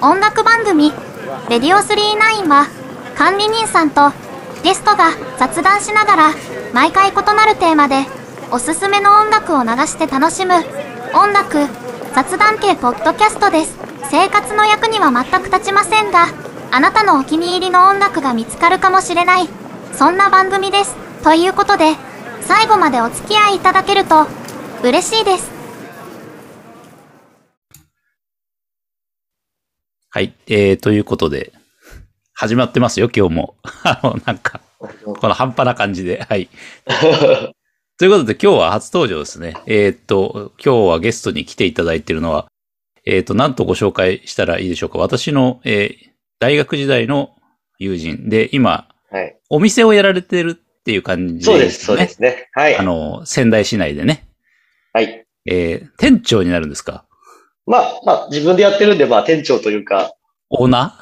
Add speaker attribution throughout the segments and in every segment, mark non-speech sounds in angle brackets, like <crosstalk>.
Speaker 1: 音楽番組「レディオ39は管理人さんとゲストが雑談しながら毎回異なるテーマでおすすめの音楽を流して楽しむ音楽雑談系ポッドキャストです生活の役には全く立ちませんがあなたのお気に入りの音楽が見つかるかもしれないそんな番組ですということで最後までお付き合いいただけると嬉しいです
Speaker 2: はい。えー、ということで、始まってますよ、今日も。 <laughs> あの、なんか、この半端な感じで。
Speaker 3: <laughs>
Speaker 2: はい。ということで、今日は初登場ですね。えーっと、今日はゲストに来ていただいているのは、えーっと、なんとご紹介したらいいでしょうか。私の、えー大学時代の友人で、今、
Speaker 3: はい。
Speaker 2: お店をやられてるっていう感じ
Speaker 3: そうです、そうですね。はい
Speaker 2: あ。の、仙台市内でね。
Speaker 3: はい。
Speaker 2: えー店長になるんですか
Speaker 3: まあ、まあ、自分でやってるんで、まあ、店長というか、
Speaker 2: オーナ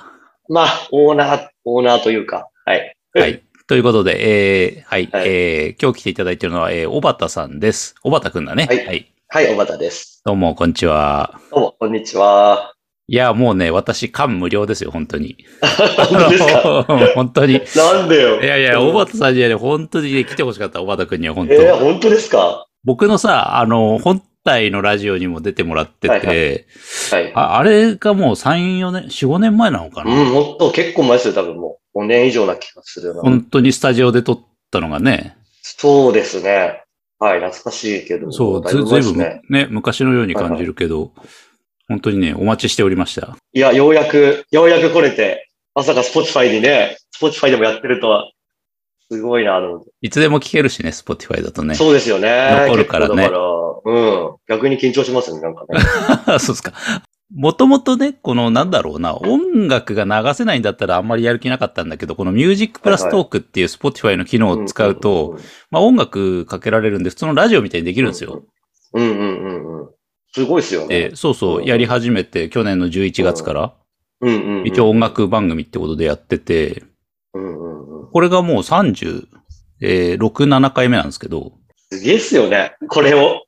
Speaker 2: ー
Speaker 3: まあ、オーナー、オーナーというか、はい。
Speaker 2: はい。ということで、えー、はい、
Speaker 3: はい
Speaker 2: えー、今日来ていただいているのは、えー、小畑さんです。小畑くんだね。は。
Speaker 3: はいいはい、小畑です。
Speaker 2: どうも、こんにちは。
Speaker 3: どうも、こんにちは。
Speaker 2: いや、もうね、私、感無量ですよ、本当に。
Speaker 3: 本当です
Speaker 2: <laughs>
Speaker 3: か
Speaker 2: 本当に。い
Speaker 3: なんでよ。
Speaker 2: やいや、小畑さんにはね、本当にね、来てほしかった、小畑くんには、本当、
Speaker 3: えー、本当ですか
Speaker 2: 僕のさ、あの、本体のラジオにも出てもらってて、
Speaker 3: はいははい。
Speaker 2: ああれがもう3、4年、4、5年前なのかな、
Speaker 3: うん、もっと結構前ですよ、多分もう。5年以上な気がするな。
Speaker 2: 本当にスタジオで撮ったのがね、
Speaker 3: そうですね。はい、懐かしいけど。
Speaker 2: そう、
Speaker 3: だ
Speaker 2: ず、
Speaker 3: ぶ
Speaker 2: ず
Speaker 3: 前
Speaker 2: い
Speaker 3: で
Speaker 2: ぶ
Speaker 3: す
Speaker 2: ん
Speaker 3: ね。
Speaker 2: ね、昔のように感じるけど、本当にね、お待ちしておりました。
Speaker 3: いや、ようやく、ようやく来れて、まさか Spotify にね、Spotify でもやってるとは、すごいな、と思って。
Speaker 2: いつでも聞けるしね、Spotify だとね。
Speaker 3: そうですよね。
Speaker 2: 残るからね
Speaker 3: 結構だからうん。逆に緊張しますね、なんか
Speaker 2: <laughs>
Speaker 3: ね。
Speaker 2: <laughs> そうですか。もともとね、このなんだろうな、音楽が流せないんだったらあんまりやる気なかったんだけど、このミュージックプラストークっていう Spotify の機能を使うと、まあ音楽かけられるんで、普通のラジオみたいにでき
Speaker 3: い
Speaker 2: るんですよ。。
Speaker 3: うんうんうんうん。すごいですよね。
Speaker 2: で、そうそうう、
Speaker 3: ん
Speaker 2: やり始めて、去年の11月から、
Speaker 3: うんうんうん。
Speaker 2: 一応音楽番組ってことでやってて、
Speaker 3: うんうんうん。
Speaker 2: これがもう36、えー6 7回目なんですけど、
Speaker 3: すげえっすよね。これを。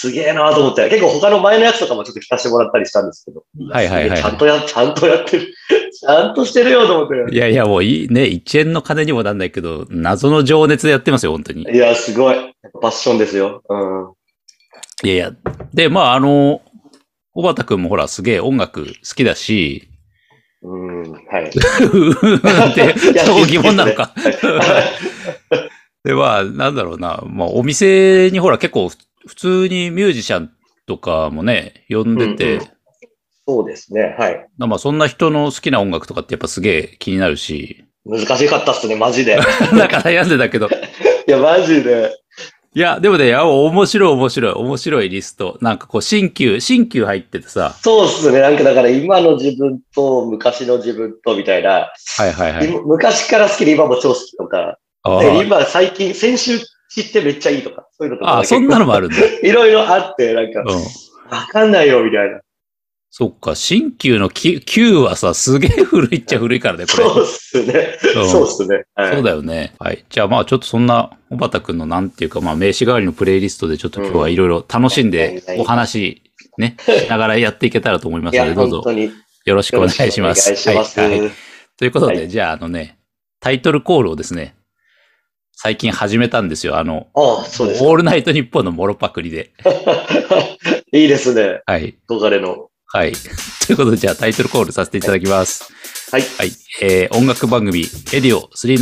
Speaker 3: すげえなと思って。結構他の前のやつとかもちょっと聞かせてもらったりしたんですけど。
Speaker 2: はいはいはいはい
Speaker 3: すげえちゃんとや、ちゃんとやってる。 <laughs> ちゃんとしてるよと思っ
Speaker 2: いやいや、もういいね、1円の金にもなんないけど、謎の情熱でやってますよ、本当に。
Speaker 3: て。いや、すごい。やっぱパッションですよ。うん。
Speaker 2: いやいや。で、まあ、あの、小畑くんもほら、すげえ音楽好きだし、 <laughs>
Speaker 3: うん。は
Speaker 2: う
Speaker 3: い。
Speaker 2: ーんって、
Speaker 3: いや
Speaker 2: そこ疑問なのか。
Speaker 3: はい
Speaker 2: で、まあ、なんだろうな。まあ、お店にほら、結構、ふ普通にミュージシャンとかもね、呼んでて、
Speaker 3: うんうんそうですね。はい。
Speaker 2: まあ、そんな人の好きな音楽とかってやっぱすげえ気になるし、 <laughs>
Speaker 3: 難しかったっすね、マジで。
Speaker 2: なんか悩んでたけど。
Speaker 3: いや、マジで。
Speaker 2: いや、でもね、あ面白い面白い、面白いリスト。なんかこう、新旧、新旧入っててさ、
Speaker 3: そうっすね。なんかだから今の自分と昔の自分とみたいな。
Speaker 2: はいはいはい。
Speaker 3: 今昔から好きで今も超好きとか。
Speaker 2: あ
Speaker 3: で
Speaker 2: ー
Speaker 3: 今最近、先週知ってめっちゃいいとか。そういうのとか。
Speaker 2: あー、そんなのもあ
Speaker 3: る。
Speaker 2: るんだ。
Speaker 3: いろいろあって、なんか、
Speaker 2: うん。
Speaker 3: わかんないよみ
Speaker 2: <laughs>
Speaker 3: たいな。
Speaker 2: そっか、新旧のき旧はさ、すげえ古いっちゃ古いからね、これ。
Speaker 3: そうっすね。
Speaker 2: うん
Speaker 3: そうっすね。はい
Speaker 2: そうだよね。はい。じゃあまあちょっとそんな、小畑くんのなんていうか、まあ名刺代わりのプレイリストでちょっと今日はいろいろ楽しんで
Speaker 3: うん
Speaker 2: お話、ね、しながらやっていけたらと思いま
Speaker 3: い
Speaker 2: すので、
Speaker 3: や、
Speaker 2: どう
Speaker 3: 本
Speaker 2: ぞ
Speaker 3: 当に。よ
Speaker 2: よろしくお願
Speaker 3: ろ
Speaker 2: い
Speaker 3: く
Speaker 2: します。
Speaker 3: お願いします。
Speaker 2: はい。はいということで、
Speaker 3: はい
Speaker 2: じゃああのね、タイトルコールをですね、最近始めたんですよ。あの、
Speaker 3: ああ、そうです
Speaker 2: オールナイトニッポンのもろパクリで。
Speaker 3: か。いいですね。
Speaker 2: はい。
Speaker 3: 憧れの。
Speaker 2: はい。 <laughs> ということで、じゃあタイトルコールさせていただきます。
Speaker 3: はい。
Speaker 2: はい、えー音楽番組、エディオ39。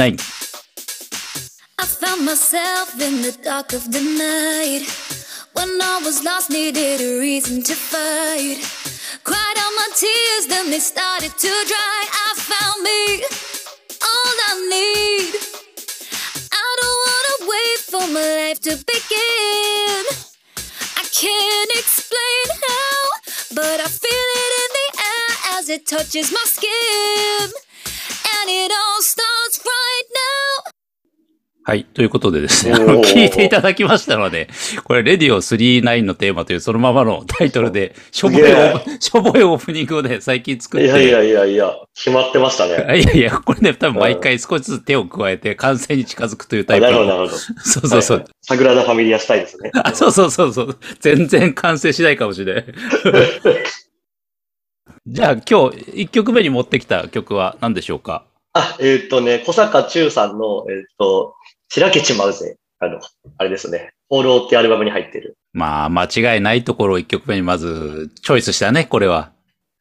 Speaker 4: I found myself in the dark of the night. When I was lost, needed a reason to fight. Cried all my tears, then they started to dry. I found me, all I need. I don't wanna wait for my life to begin. I can't explain how, but I feel it in the air as it touches my skin. And it all starts right now.
Speaker 2: はい。ということでですね、あ
Speaker 3: おー
Speaker 2: の、聞いていただきましたので、これ、レディオ39のテーマというそのままのタイトルで、しょぼいオープン、しょぼいオープニングをね、最近作っ
Speaker 3: い
Speaker 2: て。
Speaker 3: やいやいやいや、決まってましたね。
Speaker 2: いやいやこれね、多分毎回少しずつ手を加えて完成に近づくという <laughs> タ
Speaker 3: あ
Speaker 2: イプ
Speaker 3: なるほど、な
Speaker 2: の。
Speaker 3: るほど。
Speaker 2: <laughs> そうそうそう。
Speaker 3: はいはい。サグラダ・ファミリアスタイルですね。
Speaker 2: あ、そうそうそうそう。全然完成しないかもしれない。 <laughs> じゃあ今日1曲目に持ってきた曲は何でしょうか
Speaker 3: あ、えーっとね、小坂忠さんの、えーっと、白けちまうぜ。あの、あれですね。放浪ってアルバムに入ってる。
Speaker 2: まあ、間違いないところを1曲目にまずチョイスしたね、これは。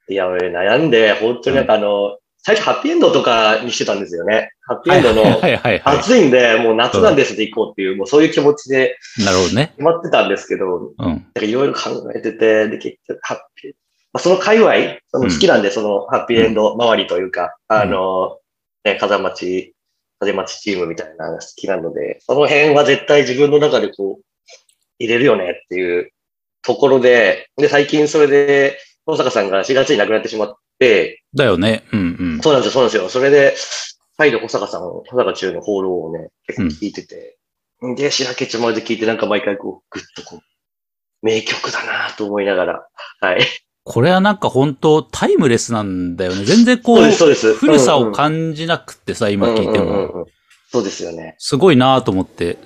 Speaker 3: いや、俺悩んで、本当になんかあの、最初ハッピーエンドとかにしてたんですよね。ハッピーエンドの、
Speaker 2: はいはいはい、は
Speaker 3: 暑いんで、もう夏なんですって行こうっていう、もうそういう気持ちで
Speaker 2: い。なるほどね。
Speaker 3: 決まってたんですけど、
Speaker 2: うん。
Speaker 3: なんかいろいろ考えてて、で、結局、ハッピー、まあ、その界隈、その好きなんで、そのハッピーエンド周りというか、
Speaker 2: ん
Speaker 3: あの、ね、風町、風町チームみたいなのが好きなので、その辺は絶対自分の中でこう、入れるよねっていうところで、で、最近それで、小坂さんが4月に亡くなってしまって、
Speaker 2: だよね。うんうん。
Speaker 3: そうなんですよ、そうなんですよ。それで、再度小坂さんを、小坂中の放浪をね、結構聞いてて、で、白けちまで聞いて、なんか毎回こう、ぐっとこう、名曲だなぁと思いながら、はい。
Speaker 2: これはなんか本当タイムレスなんだよね。全然こ
Speaker 3: そうです、そう
Speaker 2: う、
Speaker 3: です。
Speaker 2: 古さ
Speaker 3: うんう
Speaker 2: を
Speaker 3: ん
Speaker 2: 感じなくってさ、今聞いて
Speaker 3: うんうん
Speaker 2: も。
Speaker 3: うんうんそうですよね。
Speaker 2: すごいなぁと思って。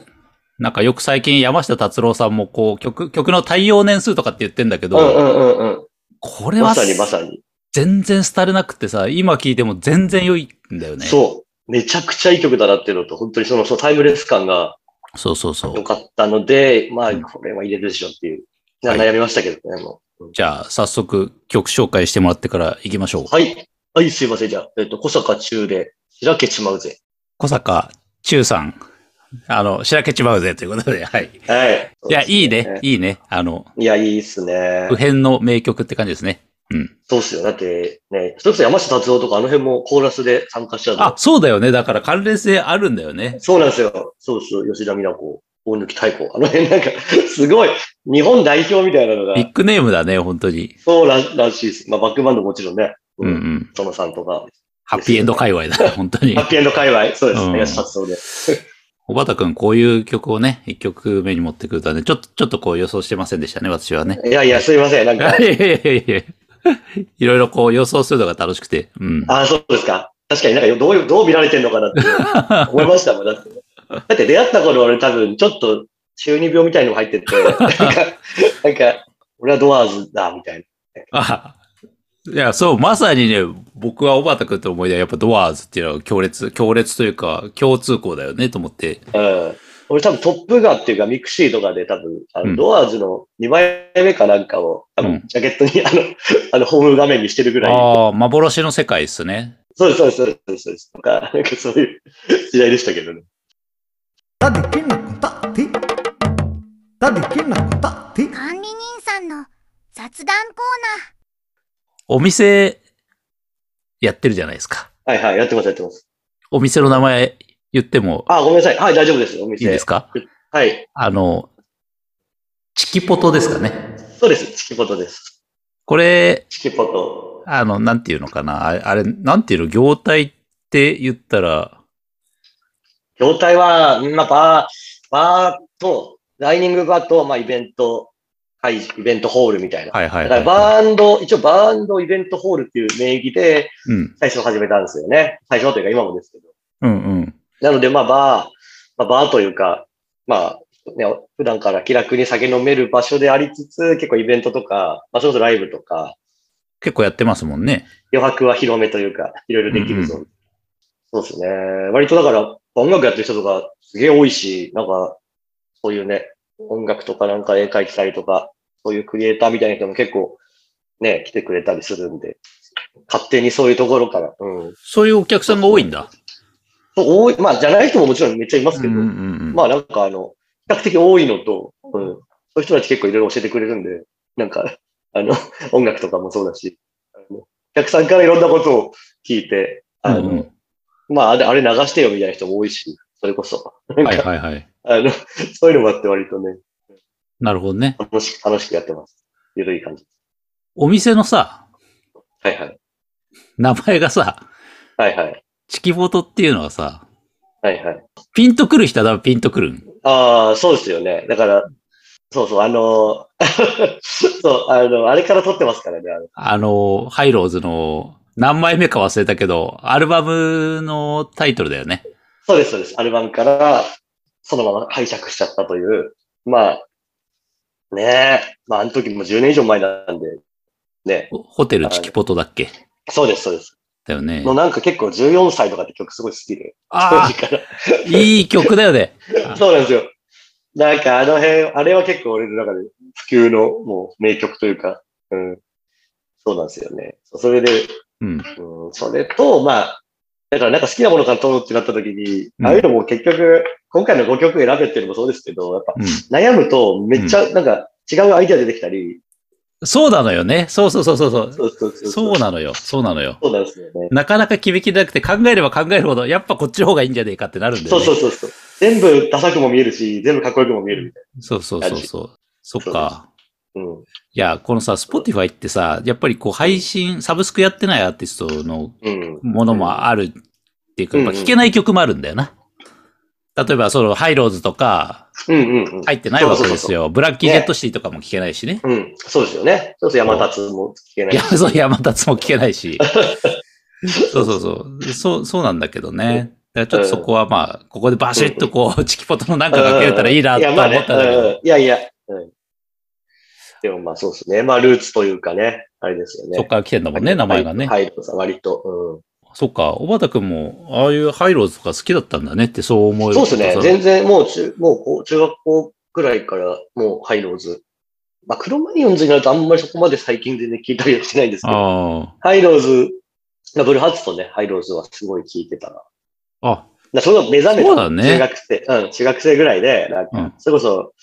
Speaker 2: なんかよく最近山下達郎さんもこう曲、曲の対応年数とかって言ってんだけ
Speaker 3: うんう
Speaker 2: ど、
Speaker 3: んうんうん。
Speaker 2: これは
Speaker 3: まさにまさに。
Speaker 2: 全然廃れなくてさ、今聞いても全然良いんだよね。
Speaker 3: そう。めちゃくちゃいい曲だなっていうのと、本当にそのそのタイムレス感が
Speaker 2: そうそうそう
Speaker 3: 良かったので、まあ、
Speaker 2: うん
Speaker 3: これは入れるでしょっていう。
Speaker 2: はい
Speaker 3: 悩みましたけどね、もう。
Speaker 2: じゃあ早速曲紹介してもらってから行きましょう。
Speaker 3: はい。はい、すいません。じゃあ、えっと、小坂中で、開けちまうぜ。
Speaker 2: 小坂中さん、あの、しらけちまうぜということで、はい。
Speaker 3: はい。
Speaker 2: いや、いいね、いいね。あの、
Speaker 3: いや、いいっすね
Speaker 2: 普。遍の名曲って感じですね。うん。
Speaker 3: そうっすよ。だって、ね、一つ山下達郎とかあの辺もコーラスで参加しちゃう
Speaker 2: あ、
Speaker 3: の。
Speaker 2: そうだよね。だから関連性あるんだよね。
Speaker 3: そうなんですよ。そうそう。吉田美奈子、大貫太鼓。あの辺なんか、すごい、日本代表みたいなのが
Speaker 2: ビ、ッグネームだね、本当に。
Speaker 3: そうららしいです。まあ、バックバンドもちろんね。
Speaker 2: うんう。ん。
Speaker 3: トノさんとか、
Speaker 2: ハッピーエンド界隈だね、本当に
Speaker 3: ハ。ッピーエンド界隈。そうです。
Speaker 2: うん
Speaker 3: 山下達郎で。
Speaker 2: 小畑くん、こういう曲をね、一曲目に持ってくるとはね、ちょっと、ちょっとこう予想してませんでしたね、私はね。
Speaker 3: いやいや、すいません。なん
Speaker 2: い
Speaker 3: か
Speaker 2: や、いやいやいや。 <laughs> いろいろこう予想するのが楽しくて。うん。
Speaker 3: ああ、そうですか。確かになんかどういう、どう見られてんのかなって思いましたもん。だって、だって出会った頃俺多分ちょっと中二病みたいのも入
Speaker 2: <laughs>
Speaker 3: ってて、なんか、なんか俺はドアーズだ、みたいな。
Speaker 2: あいや、そう、まさにね、僕は小畑くんと思い出はやっぱドアーズっていうのは強烈、強烈というか、共通項だよね、と思って。
Speaker 3: うん。俺多分トップガーっていうかミクシーとかで多分、あ
Speaker 2: うん
Speaker 3: の、ドアーズの2枚目かなんかを、多
Speaker 2: うん
Speaker 3: 分ジャケットに、あの、あの、ホーム画面にしてるぐらい。
Speaker 2: ああ、幻の世界ですね。
Speaker 3: そうです、そうです、そうです、そうです。とか、なんかそういう時代でしたけどね。
Speaker 5: たでけなこたってたでけなこたって
Speaker 1: 管理人さんの雑談コーナー。
Speaker 2: お店、やってるじゃないですか。
Speaker 3: はいはい、やってます、やってます。
Speaker 2: お店の名前言っても
Speaker 3: あ、ごめんなさい。はい、大丈夫です。お
Speaker 2: い
Speaker 3: 店。
Speaker 2: いですか
Speaker 3: はい。
Speaker 2: あの、チキポトですかね。
Speaker 3: そうです。チキポトです。
Speaker 2: これ、
Speaker 3: チキポト。
Speaker 2: あの、なんていうのかな。あれ、あれなんていうの業態って言ったら、
Speaker 3: 業態は、まあ、バー、バーと、ダイニングバーと、まあ、イベント、はい、イベントホールみたいな。
Speaker 2: はいはい、
Speaker 3: だ
Speaker 2: は
Speaker 3: か
Speaker 2: い。
Speaker 3: らバーンド、一応バーンドイベントホールっていう名義で
Speaker 2: うん。
Speaker 3: 最初始めたんですよね。最初というか今もですけど。
Speaker 2: うんうん。
Speaker 3: なのでまあバー、まあ、バーというか、まあ、ね、普段から気楽に酒飲める場所でありつつ、結構イベントとか、まあ、それこそライブとか、
Speaker 2: 結構やってますもんね。
Speaker 3: 余白は広めというか、いろいろできるぞ。
Speaker 2: う
Speaker 3: そうですね。割とだから、音楽やってる人とかすげえ多いし、なんか、そういうね、音楽とかなんか絵描いてたりとか、そういうクリエイターみたいな人も結構、ね、来てくれたりするんで、勝手にそういうところから、うん。
Speaker 2: そういうお客さんが多いんだ。
Speaker 3: そう多い、まあ、じゃない人ももちろんめっちゃいますけど、
Speaker 2: ん
Speaker 3: まあなんかあの、比較的多いのと、うん、そういう人たち結構いろいろ教えてくれるんで、なんか、あの、 <laughs> 音楽とかもそうだし、あのお客さんからいろんなことを聞いて、あの、
Speaker 2: うんうん
Speaker 3: まああれ、あれ流してよみたいな人も多いし、それこそ。なんか、
Speaker 2: はいはいはい。
Speaker 3: あの、そういうのもあって割とね、
Speaker 2: なるほどね。
Speaker 3: 楽しく、楽しくやってます。ゆるい感じ。
Speaker 2: お店のさ、
Speaker 3: はいはい。
Speaker 2: 名前がさ、
Speaker 3: はいはい。
Speaker 2: チキボトっていうのはさ、
Speaker 3: はいはい。
Speaker 2: ピンとくる人は多分ピンとくるん。
Speaker 3: ああ、そうですよね。だから、そうそう、あの、 <laughs> そう、あの、あれから撮ってますからね、あの
Speaker 2: あの、ハイローズの何枚目か忘れたけど、アルバムのタイトルだよね。
Speaker 3: そうです、そうです。アルバムから、そのまま拝借しちゃったという。まあ、ねえ。まあ、あの時も10年以上前なんで、ね、
Speaker 2: ホホテルチキポトだっけ
Speaker 3: そうです、そうです。
Speaker 2: だよね
Speaker 3: の。なんか結構14歳とかって曲すごい好きで、当
Speaker 2: あ
Speaker 3: 時から。
Speaker 2: あ、いい曲だよね。あ
Speaker 3: そうなんですよ。なんかあの辺、あれは結構俺の中で普及のもう名曲というか、うん。そうなんですよね。そうそれで、
Speaker 2: うん。
Speaker 3: うん、それと、まあ、だからなんか好きなものから撮るってなった時に、
Speaker 2: うん
Speaker 3: ああいうのも結局、今回の5曲選べっていうのもそうですけど、やっぱ
Speaker 2: うん。
Speaker 3: 悩むとめっちゃなんか違うアイデア出てきたり、
Speaker 2: そうなのよね。そうそうそうそうそう。
Speaker 3: うそう
Speaker 2: そうなのよ。そうなのよ。
Speaker 3: そうなんですよね。
Speaker 2: なかなか決めきれなくて考えれば考えるほど、やっぱこっちの方がいいんじゃねえかってなるんだ
Speaker 3: そ
Speaker 2: よ
Speaker 3: う
Speaker 2: ね。
Speaker 3: そうそうそう。全部ダサくも見えるし、全部かっこよくも見えるみたい
Speaker 2: そうそうそうそう。そっか。
Speaker 3: な。うん。
Speaker 2: いや、このさ、Spotify ってさ、やっぱりこう配信、サブスクやってないアーティストの
Speaker 3: うん。
Speaker 2: ものもあるっていうか、
Speaker 3: うん
Speaker 2: やっぱ聴けない曲もあるんだよな。例えば、その、ハイローズとか、
Speaker 3: うんうんうん。
Speaker 2: 入ってないわけ
Speaker 3: そう
Speaker 2: で
Speaker 3: そ
Speaker 2: す
Speaker 3: う
Speaker 2: よ。ブラッキー・ジェット・シティとかも聴けないしね。
Speaker 3: うん。そうですよね。そうそう、山立も聞けないい
Speaker 2: や、。そう、山立も聴けない
Speaker 3: <laughs>
Speaker 2: し。そうそうそう。そう、そうなんだけどね。だからちょっとそこはまあ、ここでバシッとこう、チキポトのなんかがけれたらいいなと
Speaker 3: や
Speaker 2: は
Speaker 3: まあね
Speaker 2: 思ったんだけ
Speaker 3: う
Speaker 2: ど。
Speaker 3: んいやいや。うんでもまあそうですね。まあルーツというかね、あれですよね。
Speaker 2: そっから来てんだもんね、名前がね。
Speaker 3: はい、はい割と。
Speaker 2: そっか、小畑くんも、ああいうハイローズとか好きだったんだねってそう思
Speaker 3: う
Speaker 2: え
Speaker 3: ん、
Speaker 2: る
Speaker 3: そうですね。
Speaker 2: さ
Speaker 3: 全然もう中、もうこう中学校くらいからもうハイローズ。まあクロマニオンズになるとあんまりそこまで最近全然聞いたりはしてないんですけど、
Speaker 2: あ
Speaker 3: ハイローズ、まあブルーハーツとね、ハイローズはすごい聞いてたな。
Speaker 2: あ。あ、
Speaker 3: だからその目覚め
Speaker 2: そう
Speaker 3: た
Speaker 2: だね
Speaker 3: 中学生、うん、中学生ぐらいで、なんか
Speaker 2: うん
Speaker 3: それこそ、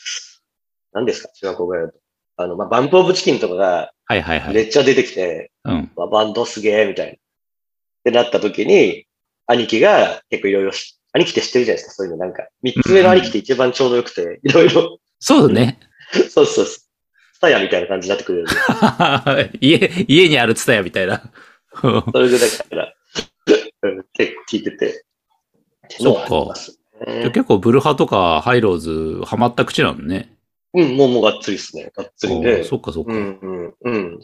Speaker 3: 何ですか、中学校ぐらいだと。あの、まあ、バンプオブチキンとかが
Speaker 2: はいはいは
Speaker 3: め
Speaker 2: い。
Speaker 3: っちゃ出てきて、
Speaker 2: うん。
Speaker 3: まあバンドすげえ、みたいな。ってなった時に、兄貴が結構いろいろし、兄貴って知ってるじゃないですか、そういうのなんか。三つ目の兄貴って一番ちょうどよくて、いろいろ、 <laughs>
Speaker 2: そうだね。 <laughs>
Speaker 3: そうそうそう。スタヤみたいな感じになってくれるんで。
Speaker 2: 家、家にあるツタヤみたいな。 <laughs>
Speaker 3: それぐらいから、 <laughs> うん結構聞いてて。ってのはありますね
Speaker 2: 結構ブルハとかハイローズハマった口なのね。
Speaker 3: うん、もうもうがっつりですね。がっつり
Speaker 2: おー
Speaker 3: で。
Speaker 2: そっかそっか。
Speaker 3: うんうんうん。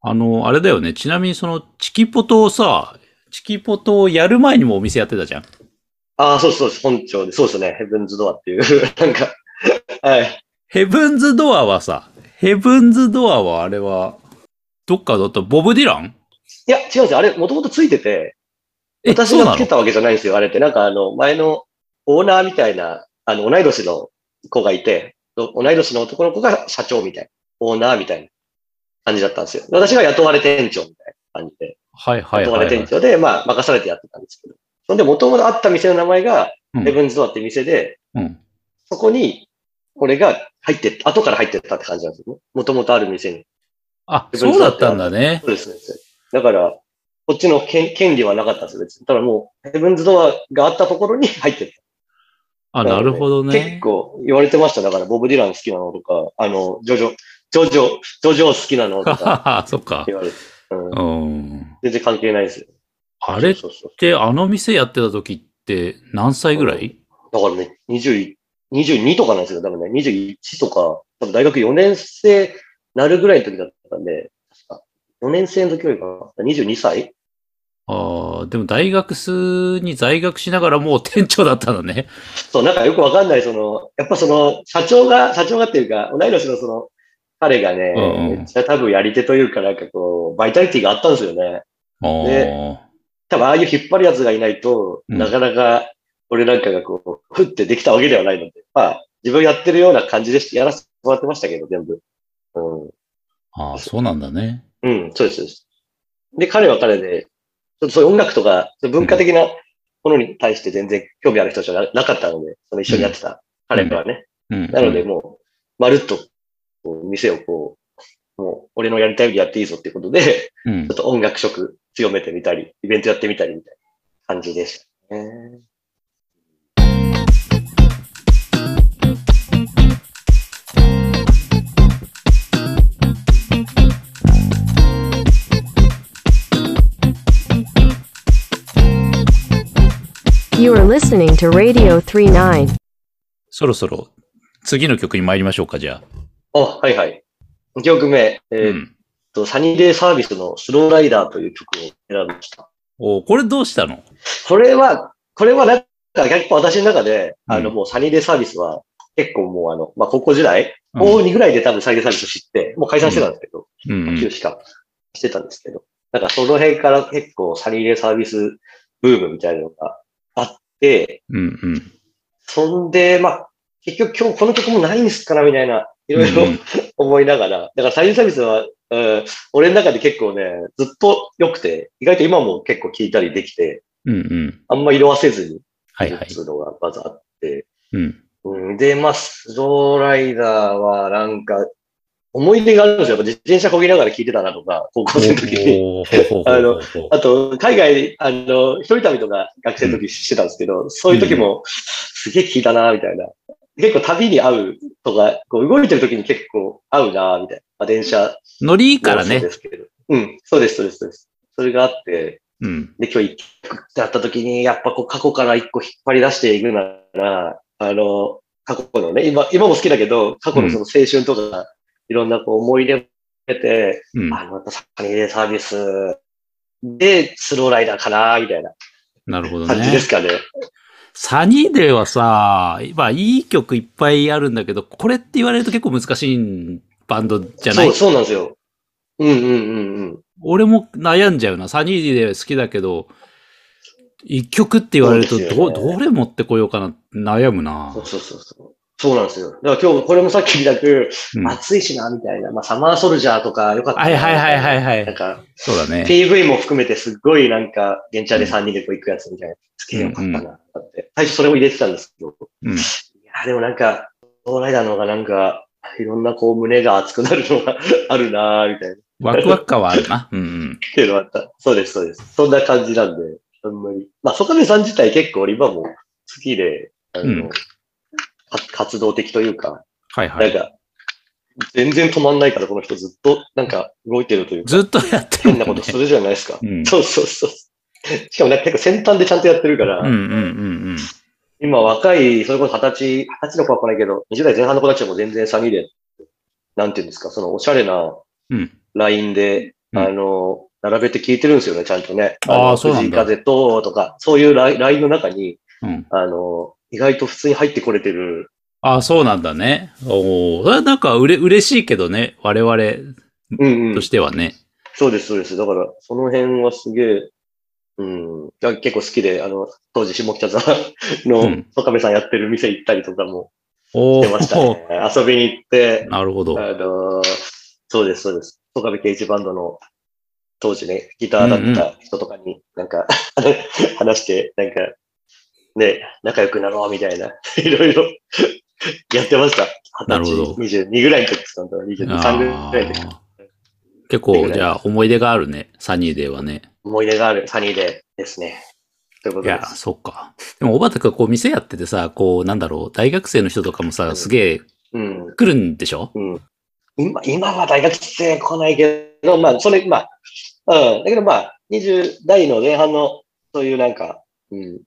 Speaker 2: あの、あれだよね。ちなみにその、チキポトをさ、チキポトをやる前にもお店やってたじゃん。
Speaker 3: ああ、そうですそうです。本庁で。そうですね。ヘブンズドアっていう。 <laughs> なんか、はい。
Speaker 2: ヘブンズドアはさ、ヘブンズドアはあれは、どっかだとボブ・ディラン
Speaker 3: いや、違うんですよ。あれ、もともとついてて、
Speaker 2: え、
Speaker 3: 私
Speaker 2: そう
Speaker 3: が
Speaker 2: な
Speaker 3: つけ
Speaker 2: の
Speaker 3: たわけじゃないんですよ。あれって、なんかあの、前のオーナーみたいな、あの、同い年の子がいて、と同い年の男の子が社長みたいな、オーナーみたいな感じだったんですよ。私が雇われ店長みたいな感じで、
Speaker 2: はいはい
Speaker 3: 雇わ
Speaker 2: はい、
Speaker 3: れ
Speaker 2: はい
Speaker 3: 店。長で、まあ、任されてやってたんですけど。そんで、もともとあった店の名前が、
Speaker 2: うん
Speaker 3: ヘブンズドアって店で、
Speaker 2: うん。
Speaker 3: そこに、これが入ってった、後から入ってったって感じなんですよね。もともとある店に。
Speaker 2: あ、
Speaker 3: ヘブン
Speaker 2: そう
Speaker 3: ズド
Speaker 2: だ
Speaker 3: アっ
Speaker 2: ってたんだね。
Speaker 3: そうですね。だから、こっちの権権利はなかったんですよ、別に。ただもう、ヘブンズドアがあったところに入ってっ
Speaker 2: あ、
Speaker 3: た。
Speaker 2: なるほどね
Speaker 3: 結。構言われてました。だから、ボブ・ディラン好きなのとか、あの、ジョジョ、ジョジョ、ジョジョ好きなのとか
Speaker 2: そっか。
Speaker 3: 言われて。うん
Speaker 2: うん。
Speaker 3: 全然関係ないですよ。
Speaker 2: あれっ
Speaker 3: そうそう
Speaker 2: て、あの店やってた時って何歳ぐらい
Speaker 3: そうだからね、20 22とかなんですよ。多分ね、21とか、多分大学4年生なるぐらいの時だったんで、確か。4年生の時よりかな、22歳
Speaker 2: ああ、でも大学数に在学しながらもう店長だったのね。
Speaker 3: そう、なんかよくわかんない、その、やっぱその、社長が、社長がっていうか、同い年のその、彼がね、
Speaker 2: うんうん
Speaker 3: めっちゃ多分やり手というか、なんかこう、バイタリティがあったんですよね。
Speaker 2: あー
Speaker 3: ね多分ああいう引っ張るやつがいないと、
Speaker 2: うん
Speaker 3: なかなか、俺なんかがこう、ふってできたわけではないので、まあ、自分やってるような感じでしやらせてもらってましたけど、全部。うん。
Speaker 2: あー、そうなんだね。
Speaker 3: うん、そうですそうです。で、彼は彼で、ちょっとそういう音楽とか、そういう文化的なものに対して全然興味ある人じゃななかったので、その一緒にやってた彼らはね。
Speaker 2: うん。
Speaker 3: なので、もう、まるっと、こう店をこう、もう、俺のやりたいようにやっていいぞっていうことで、
Speaker 2: うん
Speaker 3: ちょっと音楽色強めてみたり、イベントやってみたりみたいな感じでしたね。
Speaker 6: You are listening to Radio 39.
Speaker 2: そろそろ次の曲に参りましょうか、じゃあ。
Speaker 3: あ、はいはい。2曲目、え
Speaker 2: う
Speaker 3: ーっ
Speaker 2: ん。
Speaker 3: と、サニーデイサービスのスローライダーという曲を選びました。
Speaker 2: おーこれどうしたの
Speaker 3: それは、これはなんか、やっぱ私の中で、
Speaker 2: うん
Speaker 3: あの、もうサニーデイサービスは、結構もうあの、まあ、高校時代、
Speaker 2: うん
Speaker 3: 高2ぐらいで多分サニーデイサービス知って、もう解散してたんですけど、
Speaker 2: うんうん
Speaker 3: 9しか。してたんですけど、なんかその辺から結構サニーレイサービスブームみたいなのがあって、
Speaker 2: うんうん。
Speaker 3: そんで、まあ、結局今日この曲もないんすかなみたいな、いろいろ
Speaker 2: うんうん
Speaker 3: 思いながら、だからサニーサービスは、うん、俺の中で結構ね、ずっと良くて、意外と今も結構聴いたりできて、
Speaker 2: うんうん。
Speaker 3: あんま色あせずに、
Speaker 2: はいはい
Speaker 3: って。いうのがまずあって、
Speaker 2: うん。
Speaker 3: うん、で、まあ、スローライダーはなんか、思い出があるんですよ。やっぱ自転車こぎながら聞いてたなとか、高校生の時に。
Speaker 2: おーほうほうほうほうほう
Speaker 3: あのあと、海外、あの、一人旅とか学生の時してたんですけど、そういう時も、すげえ聞いたな、みたいな。結構旅に合うとか、こう動いてる時に結構合うな、みたいな。まあ、電車。
Speaker 2: ノリいいから
Speaker 3: そう
Speaker 2: ね
Speaker 3: で。すけど。うん、そうです、そうです、そうです。それがあって、
Speaker 2: うん。
Speaker 3: で、今日一曲ってあった時に、やっぱこう過去から一個引っ張り出していくなら、あの、過去のね、今、今も好きだけど、過去のその青春とか、いろんなこう思い出を得て、
Speaker 2: うん。
Speaker 3: あの、サニーレイサービスで、スローライダーかな、みたいな
Speaker 2: なるほど
Speaker 3: 感じで
Speaker 2: ね
Speaker 3: す。かね。
Speaker 2: サニーデーはさ、まあいい曲いっぱいあるんだけど、これって言われると結構難しいバンドじゃない
Speaker 3: そう、そうなんですよ。うんうんうんうん。
Speaker 2: 俺も悩んじゃうな。サニーデー好きだけど、一曲って言われると、
Speaker 3: そうです
Speaker 2: ど、
Speaker 3: よね
Speaker 2: どれ持ってこようかな、悩むな
Speaker 3: そう。そうそうそう。そうなんですよ。だから今日、これもさっきみたく、
Speaker 2: うんは
Speaker 3: 暑いしな、みたいな。まあ、サマーソルジャーとか、よかったな。
Speaker 2: いはいはいはいは
Speaker 3: な
Speaker 2: い。
Speaker 3: んか、
Speaker 2: そうだね。
Speaker 3: PV も含めてすっごいなんか、現地で3人でこう行くやつみたいな、つけよかったな、って。最初それを入れてたんですけど、
Speaker 2: うん。
Speaker 3: いやーでもなんか、オーライダーの方がなんか、いろんなこう胸が熱くなるのがあるなーみたいな、っ
Speaker 2: ワクワク感はあるな。うんうん。
Speaker 3: ていうのがあった。そうです、そうです。そんな感じなんで、あんまり。まあ、ソカメさん自体結構今も好きで、あの、
Speaker 2: うん
Speaker 3: か活動的というか、
Speaker 2: はいは
Speaker 3: なん
Speaker 2: い。
Speaker 3: か、全然止まんないから、この人ずっとなんか動いてるというか、
Speaker 2: ずっとやってる
Speaker 3: 変
Speaker 2: も
Speaker 3: なんこ
Speaker 2: ね
Speaker 3: と。するじゃないですか。
Speaker 2: うん。
Speaker 3: そうそうそう。しかもなんか結構先端でちゃんとやってるから、
Speaker 2: うんうんうん
Speaker 3: 今若い、それこそ二十歳、二十歳の子は来ないけど、20代前半の子たちはもう全然詐欺で、なんていうんですか、そのおしゃれな
Speaker 2: うん。うん。
Speaker 3: ラインで、
Speaker 2: うん
Speaker 3: あの、並べて聞いてるんですよね、ちゃんとね。
Speaker 2: あー
Speaker 3: の
Speaker 2: そうなんだ
Speaker 3: 藤井風と、とか、そういうラインラインの中に、
Speaker 2: うん。
Speaker 3: あの、意外と普通に入ってこれてる。
Speaker 2: ああ、そうなんだね。おお、それはなんかうれ嬉しいけどね。我々
Speaker 3: うんう
Speaker 2: と
Speaker 3: ん
Speaker 2: し。てはね。
Speaker 3: そうです、そうです。だから、その辺はすげえ、うん、いや結構好きで、あの、当時下北沢
Speaker 2: う
Speaker 3: の
Speaker 2: ん
Speaker 3: 岡部さんやってる店行ったりとかも
Speaker 2: お
Speaker 3: してました
Speaker 2: お、
Speaker 3: ね。遊びに行って、
Speaker 2: なるほど。
Speaker 3: あのーそうです、そうです。岡部圭一バンドの当時ね、ギターだった人とかに、なんか、 <laughs> 話して、なんか、ね、仲良くなろうみたいな、いろいろやってました。
Speaker 2: なるほど
Speaker 3: 二十22ぐらいの時です、本当に22、3ぐらいの時。
Speaker 2: あー結構、じゃあ思い出があるね。サニーデーはね。
Speaker 3: 思い出があるサニーでですね。というこ
Speaker 2: い
Speaker 3: とで
Speaker 2: や、
Speaker 3: す。
Speaker 2: そっか。でも、小畑君こう店やっててさ、こう、なんだろう、大学生の人とかも
Speaker 3: う
Speaker 2: さ、
Speaker 3: ん
Speaker 2: すげえ
Speaker 3: うん。
Speaker 2: 来るんでしょ
Speaker 3: うん。今、今は大学生来ないけど、まあ、それ、まあ、うん。だけどまあ、20代の前半の、そういうなんか、うん、好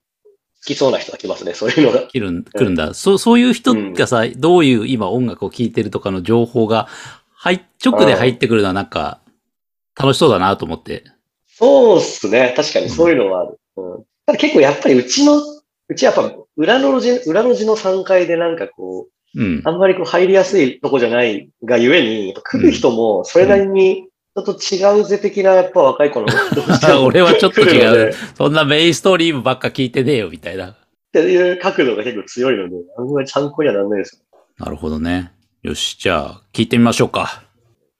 Speaker 3: きそうな人が来ますね、そういうのが。 <laughs>
Speaker 2: 来るん、来るんだ。そう、そういう人
Speaker 3: うん
Speaker 2: がさ、どういう今音楽を聴いてるとかの情報が、はい、直で入ってくるのはなんか、楽しそうだなと思って。
Speaker 3: そうっすね。確かにそういうのはある。うん。ただ結構やっぱりうちの、うちやっぱ裏の路地、裏路地の3階でなんかこう、
Speaker 2: うん
Speaker 3: あ。んまりこう入りやすいとこじゃないがゆえに、やっぱ来る人もそれなりに、ちょっと違うぜ的な、やっぱ若い子の、
Speaker 2: <laughs> <laughs> 俺はちょっと
Speaker 3: 来るの
Speaker 2: 違
Speaker 3: で
Speaker 2: う。そんなメインストーリームばっか聞いてねえよ、みたいな。
Speaker 3: っていう角度が結構強いので、あんまり参考にはならないです。
Speaker 2: なるほどね。よし、じゃあ、聞いてみましょうか。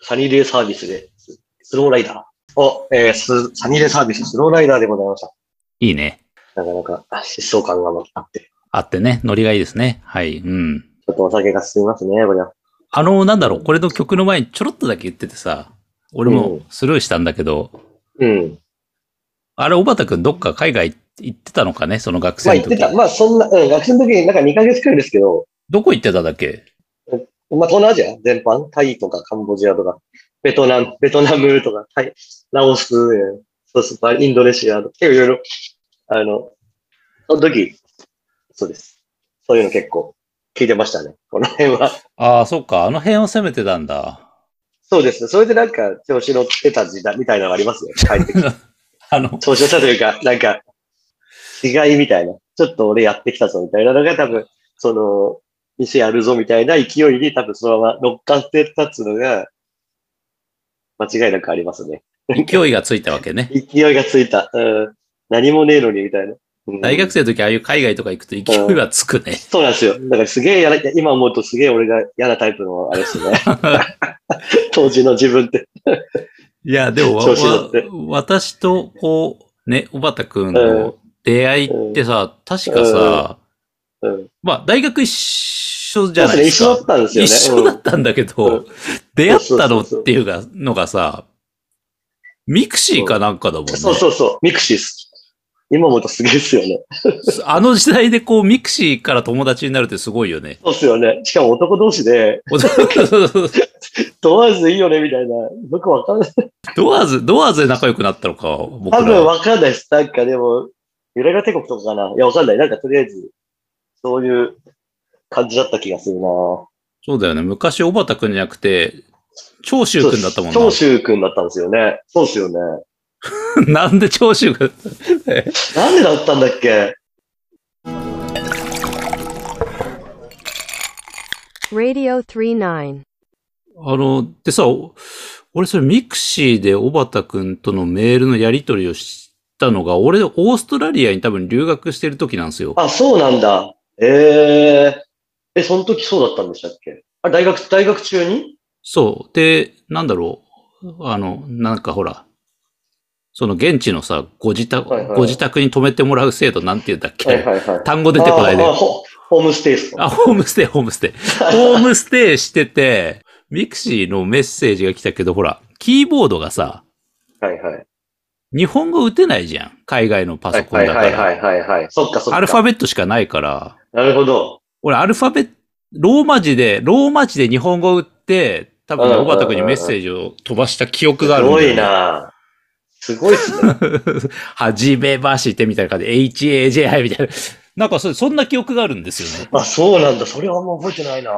Speaker 3: サニーデイサービスで、ススローライダーを、えースサニーデイサービス、スローライダーでございました。
Speaker 2: いいね。
Speaker 3: なかなかあ疾走感があって、
Speaker 2: あってね、ノリがいいですね。はい、うん。
Speaker 3: ちょっとお酒が進みますね、これは。
Speaker 2: あの、なんだろう、これの曲の前にちょろっとだけ言っててさ、俺
Speaker 3: う
Speaker 2: も
Speaker 3: ん
Speaker 2: スルーしたんだけど、
Speaker 3: うん。
Speaker 2: あれ、小畑くんどっか海外行ってたのかね、その学
Speaker 3: ま
Speaker 2: 生
Speaker 3: あ言
Speaker 2: の
Speaker 3: って
Speaker 2: 時。
Speaker 3: た。まあそんな、うん、学生の時になんか2ヶ月くらいですけど、
Speaker 2: どこ行ってただっけ
Speaker 3: まあ東南アジア全般、タイとかカンボジアとか、ベトナム、ベトナムとか、タイ、ラオス、えーそうです、まあインドネシアとか、結構いろいろ、あの、その時、そうです。そういうの結構聞いてましたね。この辺は。
Speaker 2: ああ、そっか、あの辺を攻めてたんだ。
Speaker 3: そうですね。それでなんか調子乗ってた時代みたいなのがありますね。帰ってきて
Speaker 2: あの、
Speaker 3: 調子乗ったというか、なんか、違いみたいな。ちょっと俺やってきたぞみたいなのが多分、その、店やるぞみたいな勢いに多分そのまま乗っかってったっつうのが、間違いなくありますね。
Speaker 2: 勢いがついたわけね。
Speaker 3: 勢いがついた。うん。何もねえのに、みたいな。うん
Speaker 2: 大学生の時、ああいう海外とか行くと勢いはつくね。
Speaker 3: そうなんですよ。だからすげえやら、今思うとすげえ俺が嫌なタイプのあれです
Speaker 2: <laughs>
Speaker 3: ね。当時の自分って。
Speaker 2: いや、でも、わ
Speaker 3: 調子乗って
Speaker 2: わ私と、こう、ね、小畑くん
Speaker 3: うん
Speaker 2: の出会いってさ、確かさ、
Speaker 3: うん。
Speaker 2: まあ、大学一緒じゃないです
Speaker 3: そう
Speaker 2: か
Speaker 3: ですね一緒だ。ったんで
Speaker 2: 一緒だったんだけ
Speaker 3: すよね
Speaker 2: ど、
Speaker 3: うん
Speaker 2: 出会ったの
Speaker 3: そうそうそう
Speaker 2: っていうかのがさ、ミクシーかなんかだもんね。
Speaker 3: そうそうそう。ミクシーっす。今思うとすげえですよね。
Speaker 2: あの時代でこう、ミクシーから友達になるってすごいよね。 <laughs>
Speaker 3: そうっすよね。しかも男同士で、ドアーズいいよね、みたいな。よくわかんない。
Speaker 2: ドアーズ、ドアーズで仲良くなったのか、僕
Speaker 3: 多分
Speaker 2: ら。
Speaker 3: わかんないです。なんかでも、ゆらゆら帝国とかかな。いや、わかんない。なんかとりあえず、そういう感じだった気がするな
Speaker 2: そうだよね。昔、小畑くんじゃなくて、長州
Speaker 3: そう
Speaker 2: くんだったもん
Speaker 3: 長州くんだったんですよね。そうっすよね。
Speaker 2: <laughs> な。なんで長州くん
Speaker 3: なんでだったんだっけ
Speaker 6: Radio 39.
Speaker 2: あの、でさ、お俺それミクシーで小畑くんとのメールのやり取りをしたのが、俺オーストラリアに多分留学してる時なんですよ。
Speaker 3: あ、そうなんだ。えええ、その時そうだったんでしたっけあ、大学、大学中に
Speaker 2: そう。で、なんだろう。あの、なんかほら、その現地のさ、ご自宅、
Speaker 3: はいはい
Speaker 2: ご自宅に泊めてもらう制度なんて言うんだっけ、
Speaker 3: はいはいはい。
Speaker 2: 単語出てこないで
Speaker 3: あ。あホホームステイス
Speaker 2: あ、ホームステイ、ホームス
Speaker 3: <laughs>
Speaker 2: テイ。ホームステイしてて、ミクシーのメッセージが来たけど、ほら、キーボードがさ、
Speaker 3: はいはい。
Speaker 2: 日本語打てないじゃん。海外のパソコ
Speaker 3: は
Speaker 2: ン
Speaker 3: い
Speaker 2: だか
Speaker 3: はいは
Speaker 2: ら。
Speaker 3: いはいはい。そっかそっか。
Speaker 2: アルファベットしかないから、
Speaker 3: なるほど。
Speaker 2: 俺アルファベット、ローマ字で、ローマ字で日本語打って、多分ね、
Speaker 3: うんう
Speaker 2: 小
Speaker 3: んうんうん
Speaker 2: 畑君にメッセージを飛ばした記憶
Speaker 3: す
Speaker 2: があるんだ
Speaker 3: ご
Speaker 2: よ
Speaker 3: い
Speaker 2: ね。
Speaker 3: なすごい
Speaker 2: <laughs>
Speaker 3: っすね。
Speaker 2: はじめましてみたいな感じで、HAJI みたいな。なんかそそんな記憶があるんですよね。
Speaker 3: あ、そうなんだ。それはあんま覚えてないな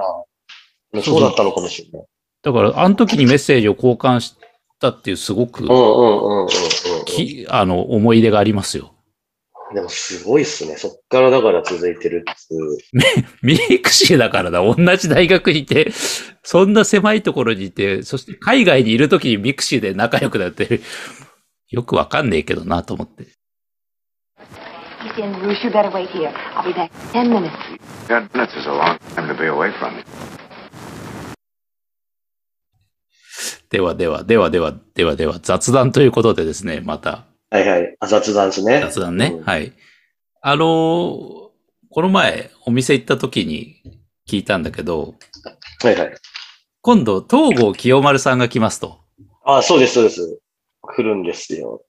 Speaker 3: そうそうだったのかもしれない。
Speaker 2: だから、あの時にメッセージを交換したっていう、すごく
Speaker 3: うんうんうんうんうんう
Speaker 2: き、あの、思い出がありますよ。
Speaker 3: ん。でもすごいっすね。そっからだから続いてるっつう。
Speaker 2: ミクシーだからだ。同じ大学にいて、そんな狭いところにいて、そして海外にいる時にミクシーで仲良くなって、よくわかんねえけどなと思って。
Speaker 7: He's in Bruce. You better wait here. I'll be back in ten minutes.
Speaker 8: Ten minutes is a long time to be away from me.
Speaker 2: ではでは、ではでは、ではでは、雑談ということでですね、また、
Speaker 3: はいはい。あ、雑談ですね。
Speaker 2: 雑談ね。
Speaker 3: うん
Speaker 2: はい。あのーこの前、お店行った時に聞いたんだけど、
Speaker 3: はいはい。
Speaker 2: 今度、東郷清丸さんが来ますと。
Speaker 3: あ、そうです、そうです。来るんですよ。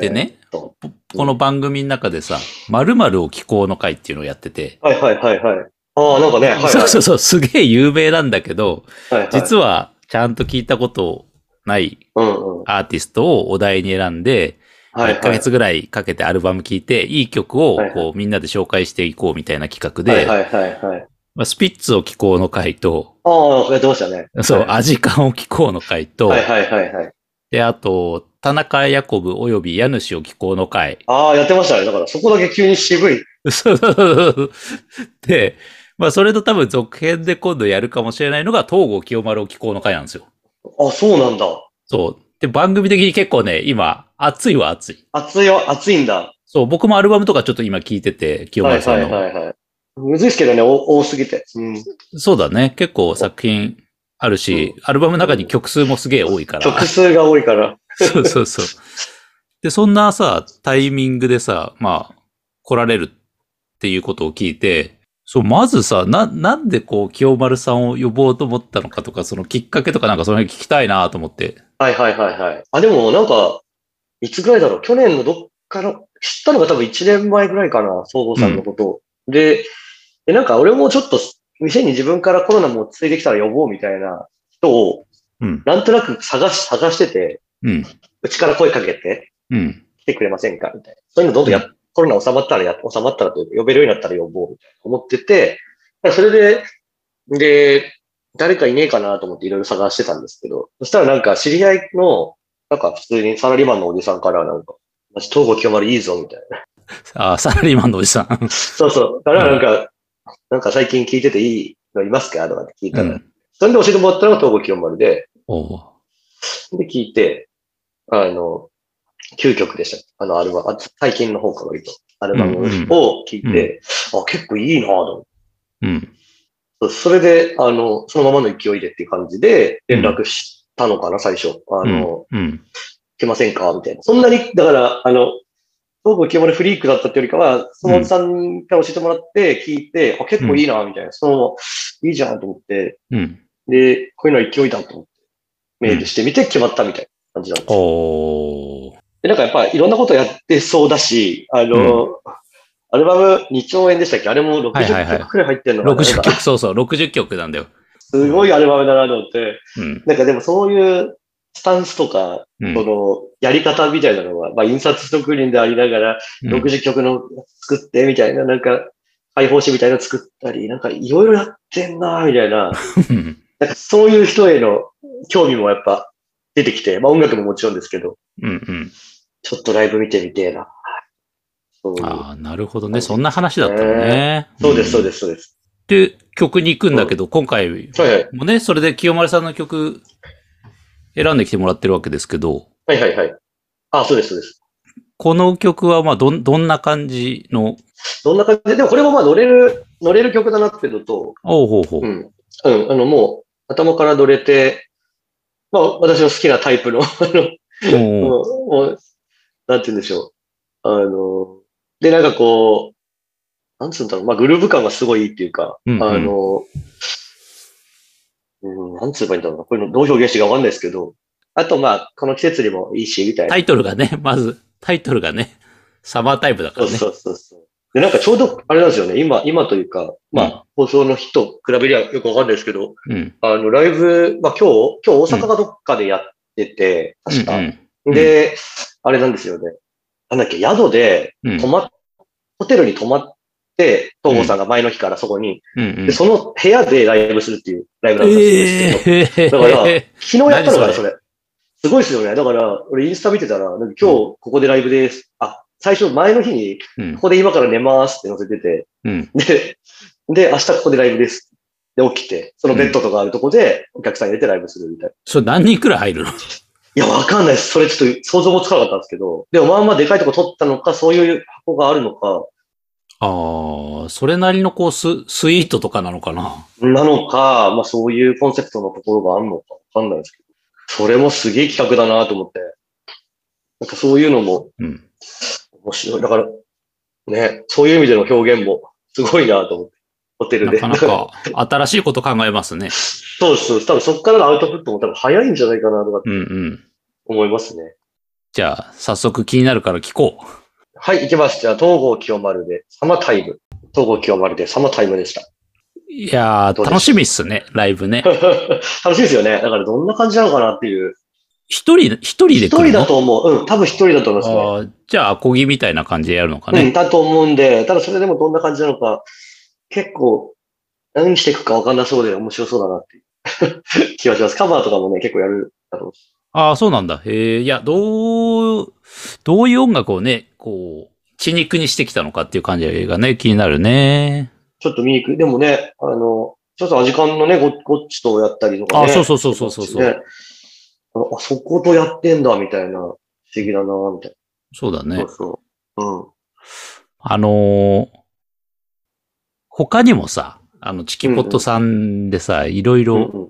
Speaker 2: でね
Speaker 3: えーっと
Speaker 2: この番組の中でさ、〇〇を聞こうの会っていうのをやってて、
Speaker 3: はいはいはいはい。ああ、なんかね、はい、はい。
Speaker 2: そうそうそう、すげえ有名なんだけど、
Speaker 3: はいはい、
Speaker 2: 実はちゃんと聞いたことない
Speaker 3: うんうん。
Speaker 2: アーティストをお題に選んで、
Speaker 3: はい、はい。
Speaker 2: 1ヶ月ぐらいかけてアルバム聴いて、いい曲を
Speaker 3: はいは
Speaker 2: こうみんなで紹介していこうみたいな企画
Speaker 3: はいは
Speaker 2: で、
Speaker 3: いはいはい。
Speaker 2: まあスピッツを聴こうの回と、
Speaker 3: ああ、やってましたね。
Speaker 2: <laughs> そう、
Speaker 3: は
Speaker 2: アジカンを聴こうの回
Speaker 3: い、
Speaker 2: と、
Speaker 3: はいはいはいはい。
Speaker 2: で、あと、田中ヤコブ及び家主を聴こうの回。
Speaker 3: ああ、やってましたね。だからそこだけ急に渋い。
Speaker 2: <laughs> そうそうそうそうで、まあそれと多分続編で今度やるかもしれないのが、東郷清丸を聴こうの回なんですよ。
Speaker 3: あ、そうなんだ。
Speaker 2: そう。で、番組的に結構ね、今、熱いは熱い。
Speaker 3: 熱いよ、熱いんだ。
Speaker 2: そう、僕もアルバムとかちょっと今聞いてて、清
Speaker 3: は
Speaker 2: 丸
Speaker 3: い
Speaker 2: さ
Speaker 3: は
Speaker 2: ん
Speaker 3: い
Speaker 2: の。
Speaker 3: はいはい。むずいですけどね、お多すぎて。うん。
Speaker 2: そうだね。結構作品あるし、アルバムの中に曲数もすげえ多いから。
Speaker 3: 曲数が多いから。 <laughs>
Speaker 2: そうそうそう。で、そんなさ、タイミングでさ、まあ、来られるっていうことを聞いて、そう、まずさ、な、なんでこう、清丸さんを呼ぼうと思ったのかとか、そのきっかけとかなんかその辺聞きたいなと思って。
Speaker 3: はいはいはいはい。あ、でもなんか、いつぐらいだろう。去年のどっから、知ったのが多分1年前ぐらいかな、総合さんのことを。で、でなんか俺もちょっと、店に自分からコロナも落ち着いてきたら呼ぼうみたいな人を、
Speaker 2: うん。
Speaker 3: なんとなく探し、探してて、
Speaker 2: うん。
Speaker 3: うちから声かけて、
Speaker 2: うん。
Speaker 3: 来てくれませんかみたいな。そういうのどんどんや、
Speaker 2: う
Speaker 3: コロナ収まったらや、収まったらというか、呼べるようになったら呼ぼうみたいな思ってて、だからそれで、で、誰かいねえかなと思っていろいろ探してたんですけど、そしたらなんか知り合いの、なんか普通にサラリーマンのおじさんからなんか、マジ東郷清丸いいぞみたいな。
Speaker 2: あ、サラリーマンのおじさ
Speaker 3: <laughs>
Speaker 2: ん。
Speaker 3: そうそう。だからなんか、なんか最近聞いてていいのいますかとかって聞いた
Speaker 2: う
Speaker 3: ら、
Speaker 2: ん。
Speaker 3: それで教えてもらったのが東郷清丸で、
Speaker 2: おう
Speaker 3: で聞いて、あの、9曲でした。あの、アルバム、あ最近の方から言うと、アルバム
Speaker 2: うんうん
Speaker 3: を聴いて、あ、結構いいなぁと思って
Speaker 2: うん。
Speaker 3: そうそれで、あの、そのままの勢いでっていう感じで連絡したのかな、最初。あの、
Speaker 2: うん、うん。
Speaker 3: 来ませんかみたいな。そんなに、だから、あの、僕も清盛フリークだったっていうよりかは、そのおじさんから教えてもらって、聞いて、あ、結構いいな、みたいな。そのまま、いいじゃんと思って、
Speaker 2: うん。
Speaker 3: で、こういうの勢いだと思って、メールしてみて決まったみたいな感じなんですよ。
Speaker 2: おー。
Speaker 3: で、なんかやっぱいろんなことやってそうだし、あの、アルバム2兆円でしたっけあれも
Speaker 2: はいはいは
Speaker 3: 60
Speaker 2: い
Speaker 3: 曲くらい入ってるのかな、
Speaker 2: 60
Speaker 3: なんか
Speaker 2: 曲、そうそう、60曲なんだよ。
Speaker 3: すごいアルバムだなと思って、
Speaker 2: うん。
Speaker 3: なんかでもそういうスタンスとか、
Speaker 2: うん。
Speaker 3: その、やり方みたいなのは、まあ、印刷職人でありながら、
Speaker 2: うん
Speaker 3: 60曲の作ってみたいな、なんか、解放誌みたいなの作ったり、なんかいろいろやってんなみたいな、
Speaker 2: うん
Speaker 3: なんかそういう人への興味もやっぱ出てきて、まあ音楽ももちろんですけど、
Speaker 2: うん
Speaker 3: ちょっとライブ見てみてえな。そう
Speaker 2: うん。ああ、なるほどね。そんな話だったのね。
Speaker 3: そうです、そう
Speaker 2: す。
Speaker 3: です、そうです。
Speaker 2: って曲に行くんだけど、今回
Speaker 3: はいはい。
Speaker 2: もね、それで清丸さんの曲選んできてもらってるわけですけど、
Speaker 3: はいはいはい。あ、そうです、そうです。
Speaker 2: この曲はまあどん、どんな感じの、
Speaker 3: どんな感じで、でもこれもまあ乗れる、乗れる曲だなってのと、
Speaker 2: おうほうほう。
Speaker 3: うん。うん、あの、もう、頭からどれて、まあ、私の好きなタイプの、あの、
Speaker 2: おう
Speaker 3: もう、もうなんて言うんでしょう。あの、で、なんかこう、なんつうんだろう、まあ、グルーヴ感がすごいいいっていうか、
Speaker 2: うんうん
Speaker 3: あの、うん、なんつえばいいんだろうな、こういうのどう表現していいかわかんないですけど、あと、まあ、この季節にもいいし、みたいな
Speaker 2: タ。イトルがね、まず、タイトルがね、サマータイプだか
Speaker 3: そう
Speaker 2: らね。
Speaker 3: そうそうそう。で、なんかちょうど、あれなんですよね、今、今というか、ま
Speaker 2: うん
Speaker 3: あ、放送の日と比べりゃよくわかんないですけど、
Speaker 2: うん。
Speaker 3: あの、ライブ、まあ、今日、今日大阪がどっかでやってて、確か、
Speaker 2: うんん
Speaker 3: で、あれなんですよね。なんだっけ、宿で
Speaker 2: うん。
Speaker 3: 泊まっ、ホテルに泊まって、東郷さんが前の日からそこに、
Speaker 2: うんうん
Speaker 3: で、その部屋でライブするっていうライブだったん
Speaker 2: え
Speaker 3: ですけど、
Speaker 2: えー。
Speaker 3: だから昨日やったのかな、
Speaker 2: 何
Speaker 3: そ
Speaker 2: そ
Speaker 3: れ。すごいですよね。だから、俺インスタ見てたら、なんか今日ここでライブです。あ、最初前の日に、
Speaker 2: うん
Speaker 3: ここで今から寝ますって載せてて、
Speaker 2: うん。
Speaker 3: で、で、明日ここでライブです。で、起きて、そのベッドとかあるとこで、お客さん入れてライブするみたいな。
Speaker 2: それ何人くらい入るの
Speaker 3: いや、わかんないです。それちょっと想像もつかなかったんですけど、でもまあまあでかいとこ取ったのか、そういう箱があるのか、
Speaker 2: ああ、それなりのこうス、スイートとかなのかな
Speaker 3: なのか、まあそういうコンセプトのところがあるのか、わかんないですけど、それもすげえ企画だなと思って、なんかそういうのも
Speaker 2: うん。
Speaker 3: 面白い。だから、ね、そういう意味での表現もすごいなと思って、ホテル
Speaker 2: な
Speaker 3: で。
Speaker 2: かなか新しいこと考えますね。
Speaker 3: そうですそうです。多分そっからのアウトプットも多分早いんじゃないかなとか
Speaker 2: うんうん。
Speaker 3: 思いますね。
Speaker 2: じゃあ、早速気になるから聞こう。
Speaker 3: はい、行きます。じゃあ、東郷清丸で、サマタイム。東郷清丸で、サマタイムでした。
Speaker 2: いや
Speaker 3: ど
Speaker 2: ー、
Speaker 3: うでしょう
Speaker 2: 楽しみっすね、ライブ
Speaker 3: <laughs>
Speaker 2: ね。
Speaker 3: 楽しいですよね。だから、どんな感じなのかなっていう。
Speaker 2: 一人、一人で来るの
Speaker 3: 一人だと思う。うん、多分一人だと思いますね。
Speaker 2: あーじゃあ、アコギみたいな感じでやるのか
Speaker 3: うん、
Speaker 2: ね。
Speaker 3: だと思うんで、ただそれでもどんな感じなのか、結構、何していくか分かんなそうで面白そうだなっていう <laughs> 気がします。カバーとかもね、結構やるだろうし。
Speaker 2: ああ、そうなんだ。えー、いや、どう、どういう音楽をね、こう、血肉にしてきたのかっていう感じがね、気になるね。
Speaker 3: ちょっと見に行く。でもね、あの、ちょっとアジカンのね、ゴッゴッチとやったりとかね。
Speaker 2: あそうそうそうそうそうそう
Speaker 3: ねあ、そことやってんだ、みたいな。不思議だな、みたい
Speaker 2: そうだ
Speaker 3: な。
Speaker 2: ね。
Speaker 3: そうそう。うん。
Speaker 2: あのー他にもさ、あの、チキポットさんでさ、いろいろ、
Speaker 3: うんうん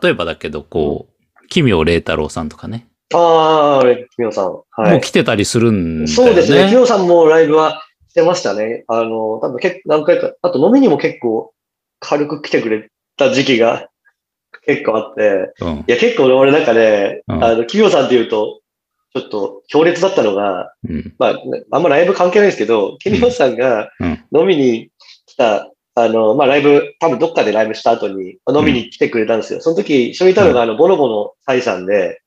Speaker 2: 例えばだけど、こう、奇妙麗太郎さんとかね、
Speaker 3: ああ、あれ、キミオさん。は
Speaker 2: もう
Speaker 3: い。
Speaker 2: 来てたりするんだよね。
Speaker 3: そうですね。キミオさんもライブはしてましたね。あの、多分結構何回か、あと飲みにも結構軽く来てくれた時期が <laughs> 結構あって、
Speaker 2: うん。
Speaker 3: いや、結構俺なんかね、
Speaker 2: うん
Speaker 3: あの、キミオさんって言うと、ちょっと強烈だったのが、
Speaker 2: うん。
Speaker 3: まあ、あんまライブ関係ないですけど、キミオさんが
Speaker 2: うん
Speaker 3: 飲みに来た、あの、まあ、ライブ、多分どっかでライブした後に飲みに来てくれたんですよ。その時、一緒にいたのが、あの、ボノボのサイさんで、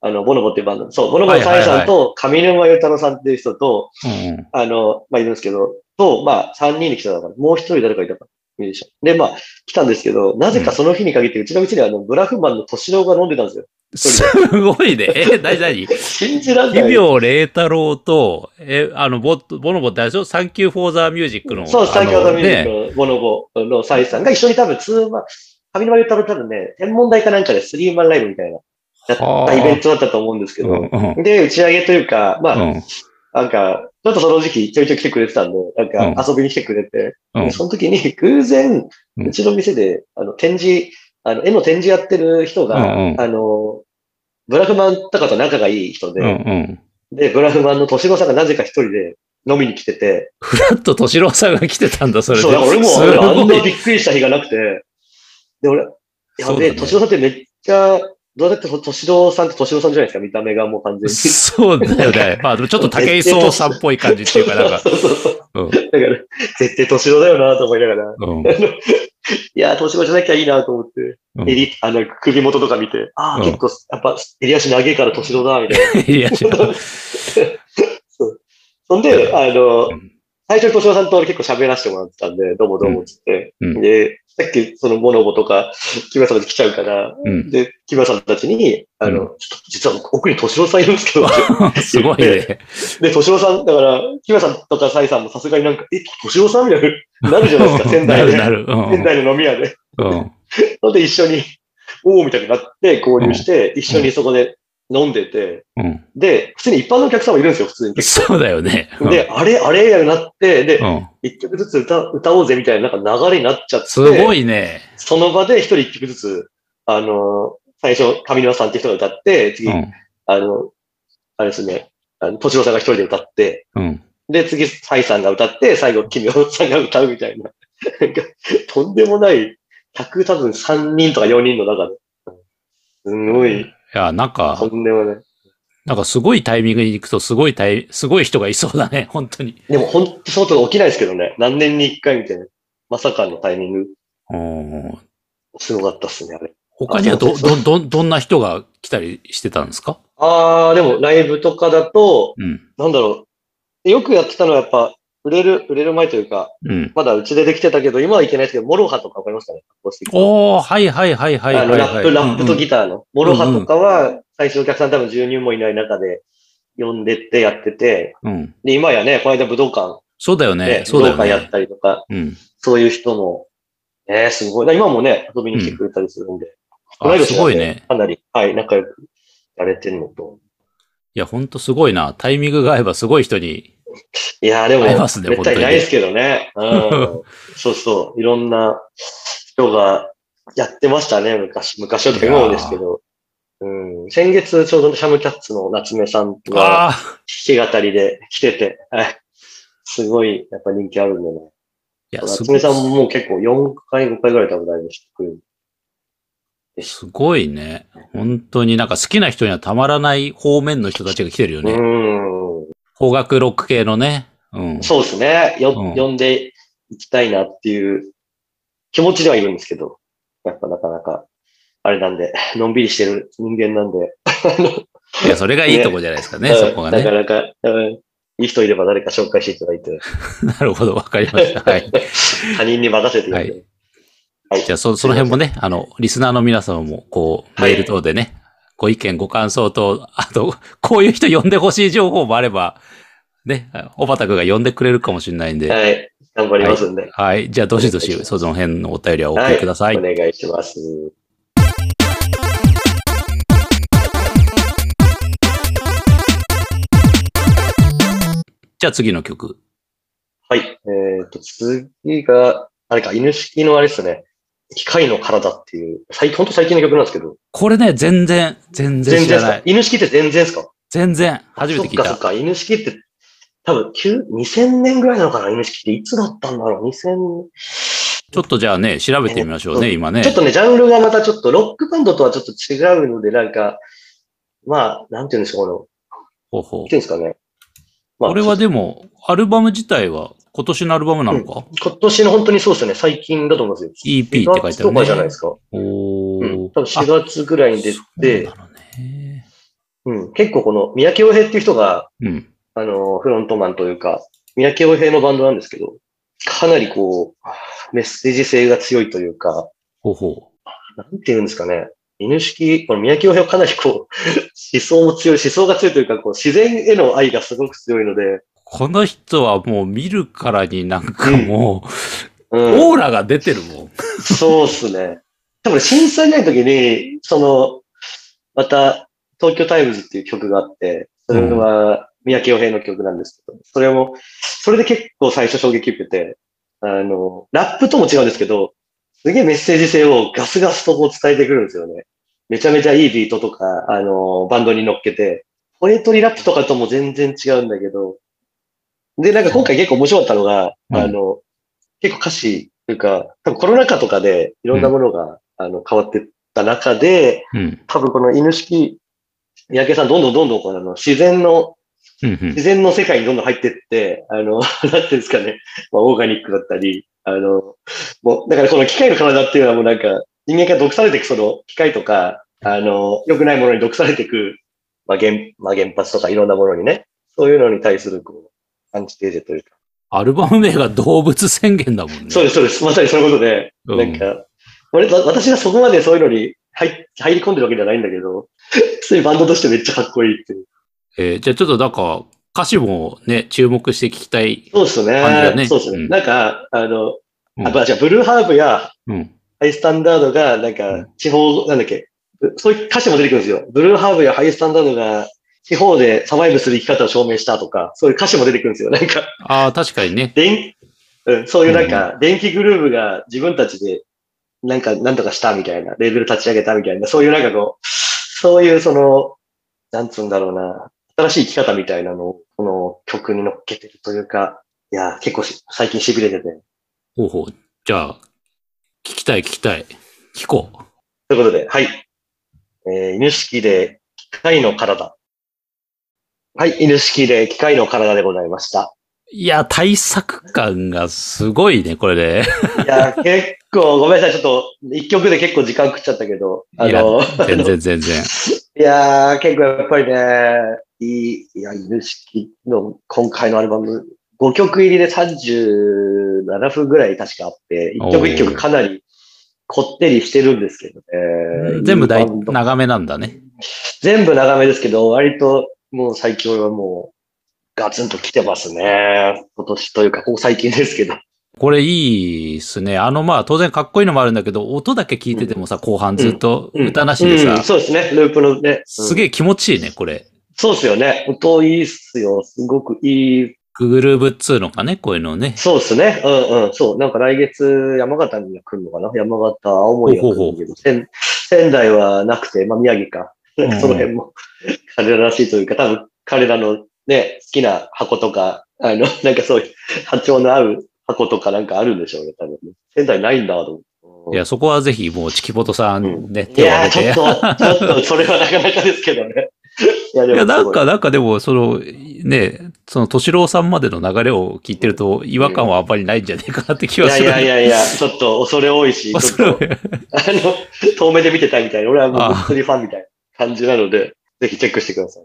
Speaker 3: あの、ボノボっていうバンド、そう、ボノボのサイさんと、上沼雄太郎さんっていう人と、
Speaker 2: うん
Speaker 3: あの、まあ、いるんですけど、と、まあ、3人で来たのかな。もう一人誰かいたかな。いるでしょ。で、まあ、来たんですけど、なぜかその日に限って、うちのうちであの、ブラフマンの敏郎が飲んでたんですよ。
Speaker 2: すごいね。え、なになに
Speaker 3: 信じらん
Speaker 2: 奇
Speaker 3: ない。
Speaker 2: 妙麗太郎と、え、あの、ボボノボってあれでしょサンキューフォーザーミュージックの。
Speaker 3: そう、先ほど見
Speaker 2: あのね
Speaker 3: るボノボのサイさんが一緒に多分、ツーマン、上沼雄太郎多分ね、天文台かなんかでスリーマンライブみたいな。やったイベントだったと思うんですけ
Speaker 2: うん
Speaker 3: ど、
Speaker 2: うん
Speaker 3: で、打ち上げというか、まあ、
Speaker 2: うん
Speaker 3: なんか、ちょっとその時期ちょいちょい来てくれてたんで、なんか遊びに来てくれて、
Speaker 2: うん
Speaker 3: でその時に偶然、
Speaker 2: うん
Speaker 3: うちの店で、あの、展示、あの、絵の展示やってる人が、
Speaker 2: うんうん
Speaker 3: あの、ブラフマンとかと仲がいい人で、
Speaker 2: うんうん。
Speaker 3: で、ブラフマンの年子さんがなぜか一人で飲みに来てて、
Speaker 2: フラッと敏郎さんが来てたんだ、それで。
Speaker 3: そう、だから俺も
Speaker 2: す
Speaker 3: あん
Speaker 2: ご。
Speaker 3: ないびっくりした日がなくて、で、俺、や
Speaker 2: そう
Speaker 3: べ
Speaker 2: だ
Speaker 3: え、
Speaker 2: ね
Speaker 3: 年子さんってめっちゃ、どうやって年子さんって年子さんじゃないですか、見た目がもう完全に。
Speaker 2: そうだよね。まあ、でもちょっと武井壮さんっぽい感じっていうか、なんか。
Speaker 3: <laughs> そうそうそう。
Speaker 2: うん
Speaker 3: だから、絶対年子だよなと思いながら、
Speaker 2: うん
Speaker 3: いやー、年越しなきゃいいなと思って、
Speaker 2: うん
Speaker 3: 襟、あの、首元とか見て、ああ、
Speaker 2: うん
Speaker 3: 結構、やっぱ、襟足長いから年のだ、みたいな。
Speaker 2: いや、ちょっと
Speaker 3: そんで、あの
Speaker 2: うん、
Speaker 3: 最初に年のさんと俺結構喋らせてもらってたんで、どうもどうもっつって。
Speaker 2: うんうん
Speaker 3: で、さっきそのモノボとか、木村さんたち来ちゃうから、
Speaker 2: うん。
Speaker 3: で、木村さんたちに、あの、
Speaker 2: うん
Speaker 3: ちょっと実は奥に年のさんいるん
Speaker 2: <laughs>
Speaker 3: ですけど、
Speaker 2: すごいね。
Speaker 3: で、年のさん、だから、木村さんとかサイさんもさすがになんか、え、年のさんみたいな、なるじゃな
Speaker 2: <laughs>
Speaker 3: いですか、仙
Speaker 2: な
Speaker 3: 台
Speaker 2: る
Speaker 3: で。
Speaker 2: なる。うん
Speaker 3: 仙台の飲み屋で。
Speaker 2: うん。
Speaker 3: ので一緒に、おおみたいになって合流して、一緒にそこで飲んでて、
Speaker 2: うん。
Speaker 3: で、普通に一般のお客様いるんですよ、普通に結
Speaker 2: そうだよね。う
Speaker 3: 構。
Speaker 2: ん
Speaker 3: で、あれ、あれやなって、
Speaker 2: う
Speaker 3: で、
Speaker 2: ん。
Speaker 3: 一曲ずつ歌歌おうぜみたいななんか流れになっちゃって、
Speaker 2: すごいね。
Speaker 3: その場で一人一曲ずつ、あのー、最初、上沼さんって人が歌って、次、
Speaker 2: うん。
Speaker 3: あの、あれですね、あの、としさんが一人で歌って、
Speaker 2: うん。
Speaker 3: で、次、サイさんが歌って、最後、君おさんが歌うみたいな。なんか、とんでもない、100多分3人とか4人の中で。すごい、
Speaker 2: いや、なんか
Speaker 3: と、んでもない。
Speaker 2: なんかすごいタイミングに行くと、すごいタイ、すごい人がいそうだね、 <laughs> 本当に。
Speaker 3: でも、ほんと、そういうこと起きないですけどね。何年に1回みたいな。まさかのタイミング、
Speaker 2: うん
Speaker 3: すごかったっすね、あれ。
Speaker 2: 他にはど、
Speaker 3: あそうそ
Speaker 2: ど、ど、どんな人が来たりしてたんですか
Speaker 3: あー、でも、ライブとかだと、
Speaker 2: うん。
Speaker 3: なんだろう。よくやってたのは、やっぱ、売れる、売れる前というか、
Speaker 2: うん。
Speaker 3: まだうちでできてたけど、今はいけないですけど、モロハとかわかりますかね公式
Speaker 2: おー、はいはいはいはいは
Speaker 3: あ
Speaker 2: いは
Speaker 3: の、
Speaker 2: い。
Speaker 3: ラップ、ラップとギターの。モロハとかは、最初お客さん多分10人もいない中で、呼んでってやってて、
Speaker 2: うんうん。
Speaker 3: で、今やね、この間武道館
Speaker 2: そうだよ
Speaker 3: で、
Speaker 2: ね、そ
Speaker 3: 武
Speaker 2: う
Speaker 3: 道
Speaker 2: だよ
Speaker 3: 館やっ
Speaker 2: ね。
Speaker 3: たりとか、
Speaker 2: うん。
Speaker 3: そういう人も、えー、すごい。だから今もね、遊びに来てくれたりするんで、同
Speaker 2: あ、
Speaker 3: 年
Speaker 2: すごい
Speaker 3: なんで
Speaker 2: ね。
Speaker 3: かなり、はい、仲良くやれてるのと。
Speaker 2: いや、ほんとすごいな。タイミングが合えばすごい人に。
Speaker 3: いやー、でも、
Speaker 2: 合いますね
Speaker 3: 絶
Speaker 2: 本
Speaker 3: 対
Speaker 2: 当に
Speaker 3: ないですけど
Speaker 2: <laughs>
Speaker 3: ね。うん。そうそう、いろんな人がやってましたね、昔。昔はというか今もですけど。うん、先月、ちょうどシャムキャッツの夏目さんとか、
Speaker 2: ああ。
Speaker 3: <laughs> 弾き語りで来てて、はい。すごい、やっぱ人気あるんだね。
Speaker 2: いや、す
Speaker 3: 夏
Speaker 2: ご
Speaker 3: 目
Speaker 2: い
Speaker 3: さんももう結構4回、5回ぐらい多分ライブしてくれる。
Speaker 2: すごいね。本当になんか好きな人にはたまらない方面の人たちが来てるよね。
Speaker 3: う
Speaker 2: 邦楽ロック系のね。うん
Speaker 3: ん。。そうですね。よ、
Speaker 2: うん
Speaker 3: 呼んでいきたいなっていう気持ちではいるんですけど、やっぱなかなか、あれなんで、 <laughs> のんびりしてる人間なんで。
Speaker 2: いや、それがいいとこじゃないですかね、
Speaker 3: うん
Speaker 2: そこが
Speaker 3: なか
Speaker 2: ね。
Speaker 3: なか、うんいい人いれば誰か紹介していただい
Speaker 2: <laughs>
Speaker 3: て、
Speaker 2: なるほど、わかりました。はい。
Speaker 3: 他人に任せていただいて。
Speaker 2: は
Speaker 3: はい
Speaker 2: じゃあ、そ、その辺もね、あの、リスナーの皆様も、こう、
Speaker 3: はい
Speaker 2: メール等でね、ご意見、ご感想と、あと、こういう人呼んでほしい情報もあれば、ね、おばたくんが呼んでくれるかもしれないんで、
Speaker 3: はい。頑張りますんで。
Speaker 2: はい。じゃあ、どしど
Speaker 3: お願いし
Speaker 2: し、
Speaker 3: ます
Speaker 2: その辺のお便りはお送
Speaker 3: は
Speaker 2: りください。
Speaker 3: お願いします。
Speaker 2: じゃあ、次の曲。
Speaker 3: はい。えっ、と、次が、あれか、犬式のあれですね。機械の体っていう、最ほんと最近の曲なんですけど。
Speaker 2: これね、全然、全然
Speaker 3: 全
Speaker 2: 知ら
Speaker 3: 然
Speaker 2: な
Speaker 3: ですか
Speaker 2: い。
Speaker 3: 犬式って全然ですか
Speaker 2: 全然、初めて聞い。
Speaker 3: そっかそったか、犬式って、多分、9 2000年ぐらいなのかな、犬式って。いつだったんだろう ?2000、
Speaker 2: ちょっとじゃあね、調べてみましょうね、
Speaker 3: え
Speaker 2: 今ね
Speaker 3: ちょ。っとね、ジャンルがまたちょっと、ロックバンドとはちょっと違うので、なんか、まあ、なんていうんでしょう、この、
Speaker 2: ほうほ
Speaker 3: 言っていうんですかね。
Speaker 2: う。
Speaker 3: まあ、
Speaker 2: これはでも、アルバム自体は、今年のアルバムなのか、
Speaker 3: 今年の本当にそうですよね、最近だと思うんですよ。
Speaker 2: ?EP って書いてあるね。
Speaker 3: 4月とかじゃないですか。
Speaker 2: お
Speaker 3: う
Speaker 2: ー。
Speaker 3: ん。多分4月ぐらいに出て、
Speaker 2: そうなのね。
Speaker 3: うん、結構この三宅洋平っていう人が、
Speaker 2: うん。
Speaker 3: あの、フロントマンというか、三宅洋平のバンドなんですけど、かなりこう、メッセージ性が強いというか、
Speaker 2: ほうほ
Speaker 3: なんていうんですかね。犬式、この三宅洋平はかなりこう、 <laughs> 思想も強い、思想が強いというか、こう、自然への愛がすごく強いので、
Speaker 2: う。この人はもう見るからになんか
Speaker 3: うん
Speaker 2: もう、
Speaker 3: うん、
Speaker 2: オーラが出てるもん。
Speaker 3: そうっすね。多分、震災ない時に、その、また、東京タイムズっていう曲があって、それは三宅洋平の曲なんですけど、それも、それで結構最初衝撃受けて、あの、ラップとも違うんですけど、すげえメッセージ性をガスガスとこう伝えてくるんですよね。めちゃめちゃいいビートとか、あの、バンドに乗っけて、ポエトリーラップとかとも全然違うんだけど、で、なんか今回結構面白かったのが、
Speaker 2: うん
Speaker 3: あの、結構歌詞というか、多分コロナ禍とかでいろんなものが、あの変わってった中で、
Speaker 2: うん。
Speaker 3: 多分この犬式、三宅さんどんどんどんどんこのあの自然の、
Speaker 2: うんうん
Speaker 3: 自然の世界にどんどん入ってって、あの、 <laughs> なんていうんですかね、まあ、オーガニックだったり、あの、もう、だからこの機械の体っていうのはもうなんか、人間が毒されていくその機械とか、あの、良くないものに毒されていく、まあ原、まあ原発とかいろんなものにね、そういうのに対するこう、アンチテーゼというか、
Speaker 2: アルバム名が動物宣言だもんね。
Speaker 3: そうです、そうです。まさにそういうことで、
Speaker 2: うん
Speaker 3: なんか、俺、わ私がそこまでそういうのに入入り込んでるわけじゃないんだけど、 <laughs> そういうバンドとしてめっちゃかっこいいっていう。
Speaker 2: えーじゃあちょっとなんか、歌詞もね、注目して聞きたい。
Speaker 3: そうです
Speaker 2: 感じだ
Speaker 3: ね。
Speaker 2: ね
Speaker 3: そうですね。
Speaker 2: うん
Speaker 3: なんか、あの、
Speaker 2: うん
Speaker 3: あとはじゃあブルーハーブや
Speaker 2: うん。
Speaker 3: ハイスタンダードが、なん
Speaker 2: う
Speaker 3: か、地方、なんだっけ、そういう歌詞も出てくるんですよ。ブルーハーブやハイスタンダードが、地方でサバイブする生き方を証明したとか、そういう歌詞も出てくるんですよ。なんか、
Speaker 2: ああ、確かにね。
Speaker 3: 電、うん、そういうなんか、電気グルーブが自分たちで、なんか、なんとかしたみたいな、レーベル立ち上げたみたいな、そういうなんかこう、そういうその、なんつうんだろうな、新しい生き方みたいなのを、この曲に乗っけてるというか、いやー、結構し最近痺れてて。
Speaker 2: ほうほう。じゃあ、聞きたい聞きたい。聞こう。
Speaker 3: ということで、はい。えー、犬式で機械の体。はい、犬式で機械の体でございました。
Speaker 2: いや、対策感がすごいね、これで。
Speaker 3: いやー、結構、ごめんなさい、ちょっと、一曲で結構時間食っちゃったけど、あ
Speaker 2: いや
Speaker 3: の、
Speaker 2: 全然全
Speaker 3: <laughs>
Speaker 2: 然。
Speaker 3: いやー、結構やっぱりね、いい、いや、犬式の今回のアルバム、5曲入りで37分ぐらい確かあって、1曲1
Speaker 2: お
Speaker 3: 曲
Speaker 2: ー
Speaker 3: かなりこってりしてるんですけどね。
Speaker 2: 全部だ
Speaker 3: い
Speaker 2: い
Speaker 3: いバンド
Speaker 2: 長めなんだね。
Speaker 3: 全部長めですけど、割ともう最近俺はもうガツンと来てますね。今年というか、ここ最近ですけど。
Speaker 2: これいいっすね。あの、まあ、当然かっこいいのもあるんだけど、音だけ聞いててもさ、後半ずっと
Speaker 3: うん
Speaker 2: 歌なしで
Speaker 3: うん
Speaker 2: さ、
Speaker 3: そうですね、ループのね。
Speaker 2: す
Speaker 3: え。
Speaker 2: げえ気持ちいいね、これ。
Speaker 3: そうですよね。音いいっすよ。すごくいい
Speaker 2: グルーブっつうのかね、こういうのをね。
Speaker 3: そうですね。うんうん。そう。なんか来月、山形には来るのかな山形、青森は来るんだけど、仙仙台はなくて、まあ宮城か。
Speaker 2: う
Speaker 3: なんんかその辺も彼ららしいというか、多分彼らのね、好きな箱とか、あの、なんかそういう波長の合う箱とかなんかあるんでしょうね、多分ね。仙台ないんだと思う。
Speaker 2: いや、そこはぜひ、もう、チキポトさんね、
Speaker 3: うん、い
Speaker 2: 手を
Speaker 3: や
Speaker 2: 挙
Speaker 3: ーち
Speaker 2: げて。
Speaker 3: ょっと、ちょっと、それはなかなかですけどね。いや、で
Speaker 2: いや、
Speaker 3: も
Speaker 2: な
Speaker 3: す
Speaker 2: ん
Speaker 3: ごい、
Speaker 2: か、なんかでも、その、ね、その、敏郎さんまでの流れを聞いてると、違和感はあんまりないんじゃねえかなって気
Speaker 3: い
Speaker 2: は
Speaker 3: や
Speaker 2: す
Speaker 3: い
Speaker 2: る。
Speaker 3: やいやいや、ちょっと恐れ多い
Speaker 2: <laughs>
Speaker 3: し、ちょ
Speaker 2: まあそ
Speaker 3: っと、
Speaker 2: れは
Speaker 3: あの、遠目で見てたみたいな、俺はもう
Speaker 2: ああ
Speaker 3: 本当にファンみたいな感じなので、ぜひチェックしてください。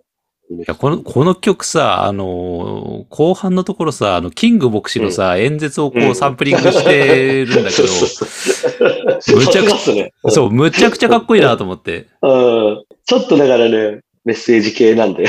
Speaker 2: いや、この、この曲さ、あのー後半のところさ、あの、キング牧師のさ、演説をこ
Speaker 3: う
Speaker 2: うんサンプリングしてるんだけ
Speaker 3: そう
Speaker 2: ど、
Speaker 3: そうそう。
Speaker 2: むちゃくちゃ
Speaker 3: さすがっすね。
Speaker 2: そう、むちゃくちゃかっこいいなと思って。
Speaker 3: うん。ちょっとだからね、メッセージ系なんで。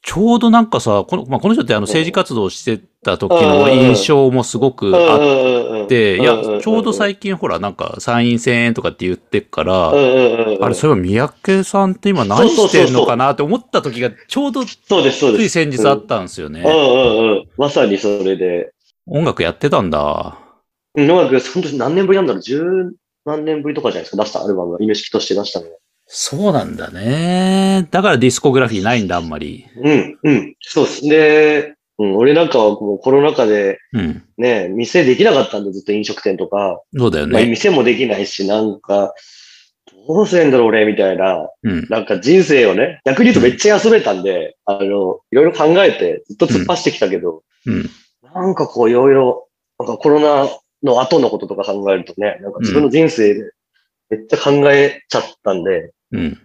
Speaker 2: ちょうどなんかさ、この、まあ、この人ってあの、政治活動をしてた時の印象もすごくあっ
Speaker 3: あ
Speaker 2: て、いや、ちょうど最近ほら、なんか参院選とかって言ってっから、
Speaker 3: うんうんうんうん。
Speaker 2: あれ、そういえば三宅さんって今何してんのかなって思った時が、ちょうどつ
Speaker 3: そうです、そうです。
Speaker 2: い先日あったんですよ
Speaker 3: うん
Speaker 2: ね。
Speaker 3: うんうん。まさにそれで。
Speaker 2: 音楽やってたんだ。
Speaker 3: うん音楽、本当に何年ぶりなんだろう十何年ぶりとかじゃないですか、出したアルバムが、犬式として出したのは。
Speaker 2: そうなんだね。だからディスコグラフィーないんだ、あんまり。
Speaker 3: うん、うん。そうです。で、うん、俺なんかはもうコロナ禍で、
Speaker 2: うん。
Speaker 3: ね、店できなかったんで、ずっと飲食店とか。
Speaker 2: そうだよ
Speaker 3: まあ、
Speaker 2: ね。
Speaker 3: 店もできないし、なんか、どうせんだろう、俺、みたいな。
Speaker 2: うん。
Speaker 3: なんか人生をね、逆に言うとめっちゃ休めたんで、あの、いろいろ考えて、ずっと突っ走ってきたけど、
Speaker 2: うん。
Speaker 3: なんかこう、いろいろ、なんかコロナの後のこととか考えるとね、なんか自分の人生でめっちゃ考えちゃったんで、
Speaker 2: うん。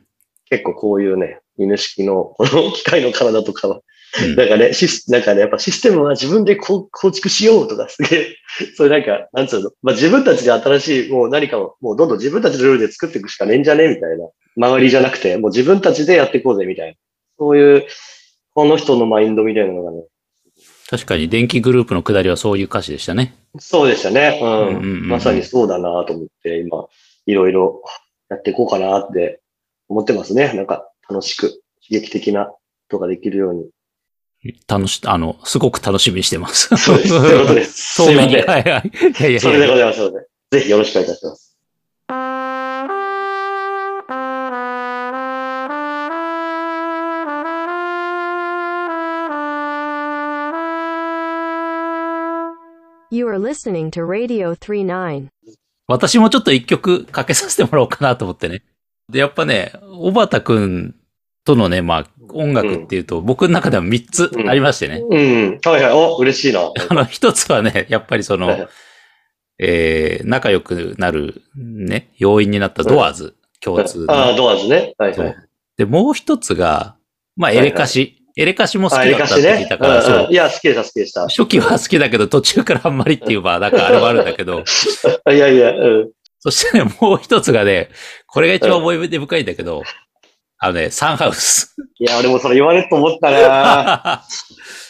Speaker 3: 結構こういうね、犬式の、この機械の体とかは、
Speaker 2: うん
Speaker 3: なんかね、シス、なんかね、やっぱシステムは自分で構構築しようとか、すげえ、 <laughs> それなんか、なんつうの、まあ自分たちで新しい、もう何かを、もうどんどん自分たちのルールで作っていくしかねえんじゃねえみたいな。周りじゃなくて、もう自分たちでやっていこうぜみたいな。そういう、この人のマインドみたいなのがね、
Speaker 2: 確かに電気グループの下りはそういう歌詞でしたね。
Speaker 3: そうでしたね。
Speaker 2: うんうんう
Speaker 3: うんん。まさにそうだなと思って、今、いろいろやっていこうかなって思ってますね。なんか楽しく、刺激的なことができるように。
Speaker 2: 楽し、あの、すごく楽しみにしてます。
Speaker 3: そうです。そういうことです。
Speaker 2: <laughs>
Speaker 3: す
Speaker 2: そう
Speaker 3: いま
Speaker 2: めんに。
Speaker 3: せん。
Speaker 2: はいはい。いやいやいや
Speaker 3: それでございますので、ぜひよろしくお願いいたします。
Speaker 6: You are listening to Radio 39.
Speaker 2: 私もちょっと一曲かけさせてもらおうかなと思ってね。で、やっぱね、小畑くんとのね、まあ、音楽っていうと、僕の中でも3つありましてね。
Speaker 3: うん。はいはい。お、嬉しいな。
Speaker 2: あの、一つはね、やっぱりそ
Speaker 3: はいは
Speaker 2: の
Speaker 3: い、
Speaker 2: えー、仲良くなる、ね、要因になったドアーズ、共通
Speaker 3: ああ、
Speaker 2: の。
Speaker 3: ドアーズね。はい
Speaker 2: そ
Speaker 3: は
Speaker 2: う
Speaker 3: い。
Speaker 2: で、もう一つが、まあ、
Speaker 3: はい
Speaker 2: エ
Speaker 3: はい
Speaker 2: レカシ。エレカシも好
Speaker 3: あ、
Speaker 2: き
Speaker 3: エ
Speaker 2: だ
Speaker 3: レ
Speaker 2: っ
Speaker 3: カ
Speaker 2: たっ
Speaker 3: シ
Speaker 2: て聞い
Speaker 3: ね。
Speaker 2: た
Speaker 3: う
Speaker 2: から、そ
Speaker 3: んうん
Speaker 2: う。
Speaker 3: いや、好きでした、好きでした。
Speaker 2: 初期は好きだけど、途中からあんまりっていう、まあ、なんかあれはあるんだけ
Speaker 3: <laughs>
Speaker 2: ど、
Speaker 3: いやいや、うん。
Speaker 2: そしてね、もう一つがね、これが一番思い出深いんだけど、あのね、サンハウス。 <laughs>
Speaker 3: いや、俺もそれ言われると思ったな
Speaker 2: ハ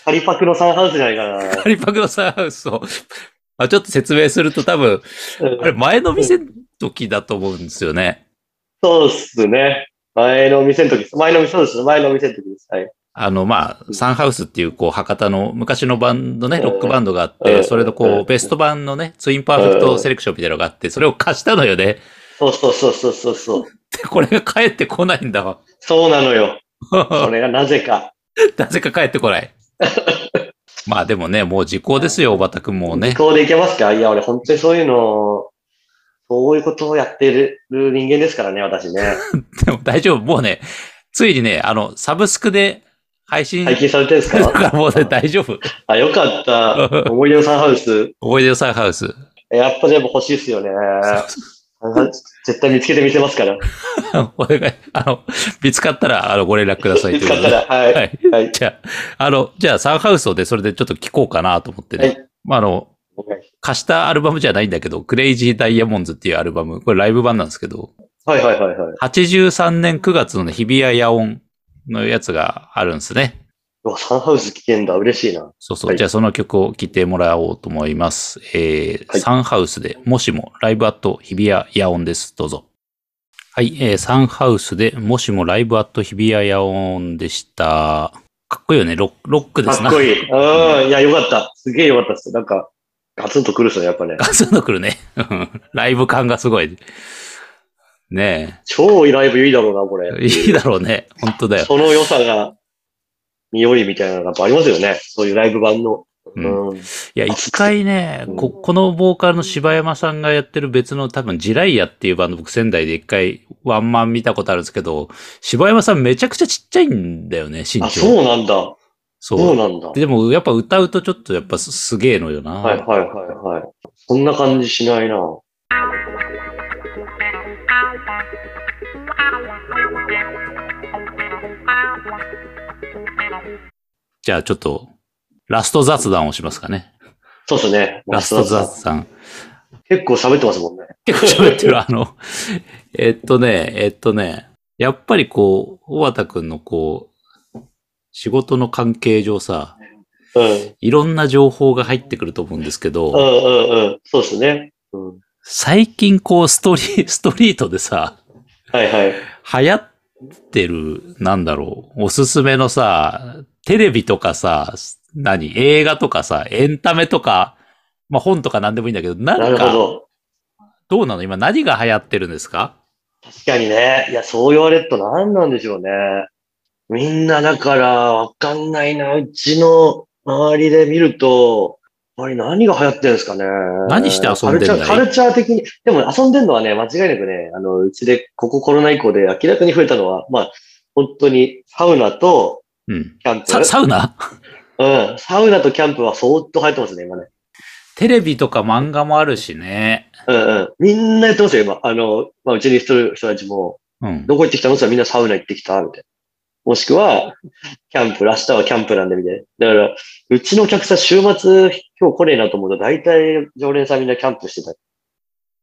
Speaker 3: ハリパクのサンハウスじゃないかな
Speaker 2: リパクのサンハウスを、まあ、ちょっと説明すると多分、
Speaker 3: うん
Speaker 2: あれ前の店の時だと思うんですよね。
Speaker 3: そうっすね。前の店の時です。前の店、そうです。前の店の時です。はい。
Speaker 2: あの、まあ、サンハウスっていう、こう、博多の昔のバンドね、
Speaker 3: うん
Speaker 2: ロックバンドがあっ
Speaker 3: う
Speaker 2: て、
Speaker 3: ん
Speaker 2: それの
Speaker 3: う
Speaker 2: こう、
Speaker 3: ん
Speaker 2: ベスト版のね、ツインパーフェクトセレクションみたいなのがあって、それを貸したのよね。 <laughs>
Speaker 3: そうそうそうそうそうそう。
Speaker 2: で、これが帰ってこないんだわ。
Speaker 3: そうなのよ。それがなぜか。
Speaker 2: <laughs> なぜか帰ってこ
Speaker 3: <laughs>
Speaker 2: ない。まあでもね、もう時効ですよ、小畑くんもうね。
Speaker 3: こうでいけますかいや、俺本当にそういうの、そういうことをやってる人間ですからね、私ね。
Speaker 2: でも大丈夫、もうね、ついにね、あの、サブスクで配信
Speaker 3: 解禁されてるんです
Speaker 2: だ <laughs> か
Speaker 3: から
Speaker 2: もうね、大丈夫。
Speaker 3: あ、よかった。思い出のサンハウス。
Speaker 2: 思い出のサンハウス。 <laughs>
Speaker 3: やっぱでも欲しいっすよね。絶対見つけてみせますから。
Speaker 2: お願い、あの、見つかったら、あの、ご連絡ください
Speaker 3: 見
Speaker 2: と
Speaker 3: つ
Speaker 2: いうこ
Speaker 3: か
Speaker 2: と
Speaker 3: っ
Speaker 2: で。
Speaker 3: たら。はい。
Speaker 2: は
Speaker 3: はいい。
Speaker 2: じゃあ、あの、じゃあサンハウスをで、それでちょっと聞こうかなと思ってね。
Speaker 3: はい
Speaker 2: まあ、あの、貸したアルバムじゃないんだけど、クレイジーダイヤモンズっていうアルバム、これライブ版なんですけど、
Speaker 3: はいはいはいはい。
Speaker 2: 83年9月のね日比谷野音のやつがあるんですね。
Speaker 3: うわサンハウス聞けんだ。嬉しいな。
Speaker 2: そうそう。
Speaker 3: はい
Speaker 2: じゃあその曲を聴いてもらおうと思います。えー
Speaker 3: はい
Speaker 2: サンハウスで、もしもライブアット日比谷野音です。どうぞ。はい、えーサンハウスで、もしもライブアット日比谷野音でした。かっこいいよね。ロックロックです
Speaker 3: か
Speaker 2: な。
Speaker 3: っこいい。うん。いや、よかった。すげえよかったっす。なんか、ガツンとくるっすね、やっぱ
Speaker 2: <laughs>
Speaker 3: ね。
Speaker 2: ガツンとくるね。うんライブ感がすごい。ね
Speaker 3: 超ライブいいだろうな、こ
Speaker 2: え。
Speaker 3: れ。
Speaker 2: いいだろうね。本当だよ。
Speaker 3: その良さが、匂いみたいなのがやっぱありますよね。そういうライブ版の。
Speaker 2: うん
Speaker 3: うん。
Speaker 2: いや、一回ね、こ、このボーカルの柴山さんがやってる別の多分、ジライヤっていうバンド、僕仙台で一回ワンマン見たことあるんですけど、柴山さんめちゃくちゃちっちゃいんだよね、身長。
Speaker 3: あ、そうなんだ。
Speaker 2: そ
Speaker 3: そう
Speaker 2: う
Speaker 3: なんだ。
Speaker 2: でも、やっぱ歌うとちょっとやっぱすすげえのよな。
Speaker 3: はいはいはいはい。そんな感じしないな。
Speaker 2: じゃあちょっと、ラスト雑談をしますかね。
Speaker 3: そうっすね。
Speaker 2: ラスト雑談。
Speaker 3: 結構喋ってますもんね。
Speaker 2: 結構喋ってる。あ
Speaker 3: <laughs>
Speaker 2: の、えっとね、えっとね、やっぱりこう、小畑くんのこう、仕事の関係上さ、
Speaker 3: うん。
Speaker 2: いろんな情報が入ってくると思うんですけ
Speaker 3: う
Speaker 2: ど、
Speaker 3: んうんうん。そうですね。うん。
Speaker 2: 最近こう、ストリ、ストリー <laughs> トでさ、
Speaker 3: はいはい。
Speaker 2: 流行ってる、なんだろう、おすすめのさ、テレビとかさ、何、映画とかさ、エンタメとか、まあ本とか何でもいいんだけど、
Speaker 3: な
Speaker 2: なん
Speaker 3: るほ
Speaker 2: か、
Speaker 3: ど。
Speaker 2: どうなの今何が流行ってるんですか
Speaker 3: 確かにね。いや、そう言われると何なんでしょうね。みんなだから、わかんないな。うちの周りで見ると、あれ何が流行ってるんですかね。
Speaker 2: 何して遊んでんだい
Speaker 3: カルチャーカルチャー的に。でも遊んでるのはね、間違いなくね、あの、うちで、ここコロナ以降で明らかに増えたのは、まあ、本当にサウナと
Speaker 2: うん。
Speaker 3: キャンプ。
Speaker 2: さサウナ
Speaker 3: うん。サウナとキャンプは相当流行ってますね、今ね。
Speaker 2: テレビとか漫画もあるしね。
Speaker 3: うんうん。みんなやってますよ、今。あの、まあ、うちに来てる人たちも、
Speaker 2: うん。
Speaker 3: どこ行ってきたのって言ったらみんなサウナ行ってきたみたいな。もしくは、キャンプ、明日はキャンプなんで、みたいな。だから、うちのお客さん、週末、今日来ねえなと思うと、大体、常連さんみんなキャンプしてた。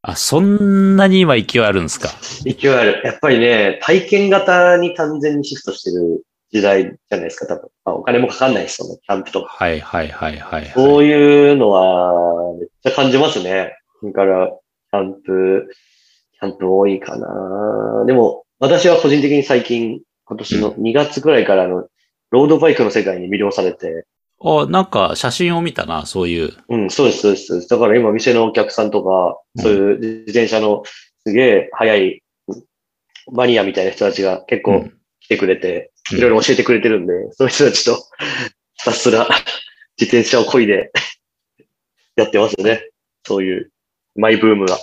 Speaker 2: あ、そんなに今勢いあるんですか。
Speaker 3: 勢いある。やっぱりね、体験型に完全にシフトしてる時代じゃないですか、多分。まあ、お金もかかんないし、その、キャンプとか。
Speaker 2: はいはいはいはい、
Speaker 3: そ
Speaker 2: は
Speaker 3: ういうのは、めっちゃ感じますね。だから、キャンプ、キャンプ多いかな。でも、私は個人的に最近、今年の2月ぐらいからあの、ロードバイクの世界に魅了されて、
Speaker 2: あ、なんか写真を見たな、そういう。
Speaker 3: うん、そうです、そうですそうです。だから今、店のお客さんとか、そういう自転車のすげえ速いマニアみたいな人たちが結
Speaker 2: う
Speaker 3: 構
Speaker 2: ん
Speaker 3: 来てくれて、
Speaker 2: うん
Speaker 3: いろいろ教えてくれてるんで、その人たちとひたすら自転車を漕いでやってますよね。そういうマイブームが。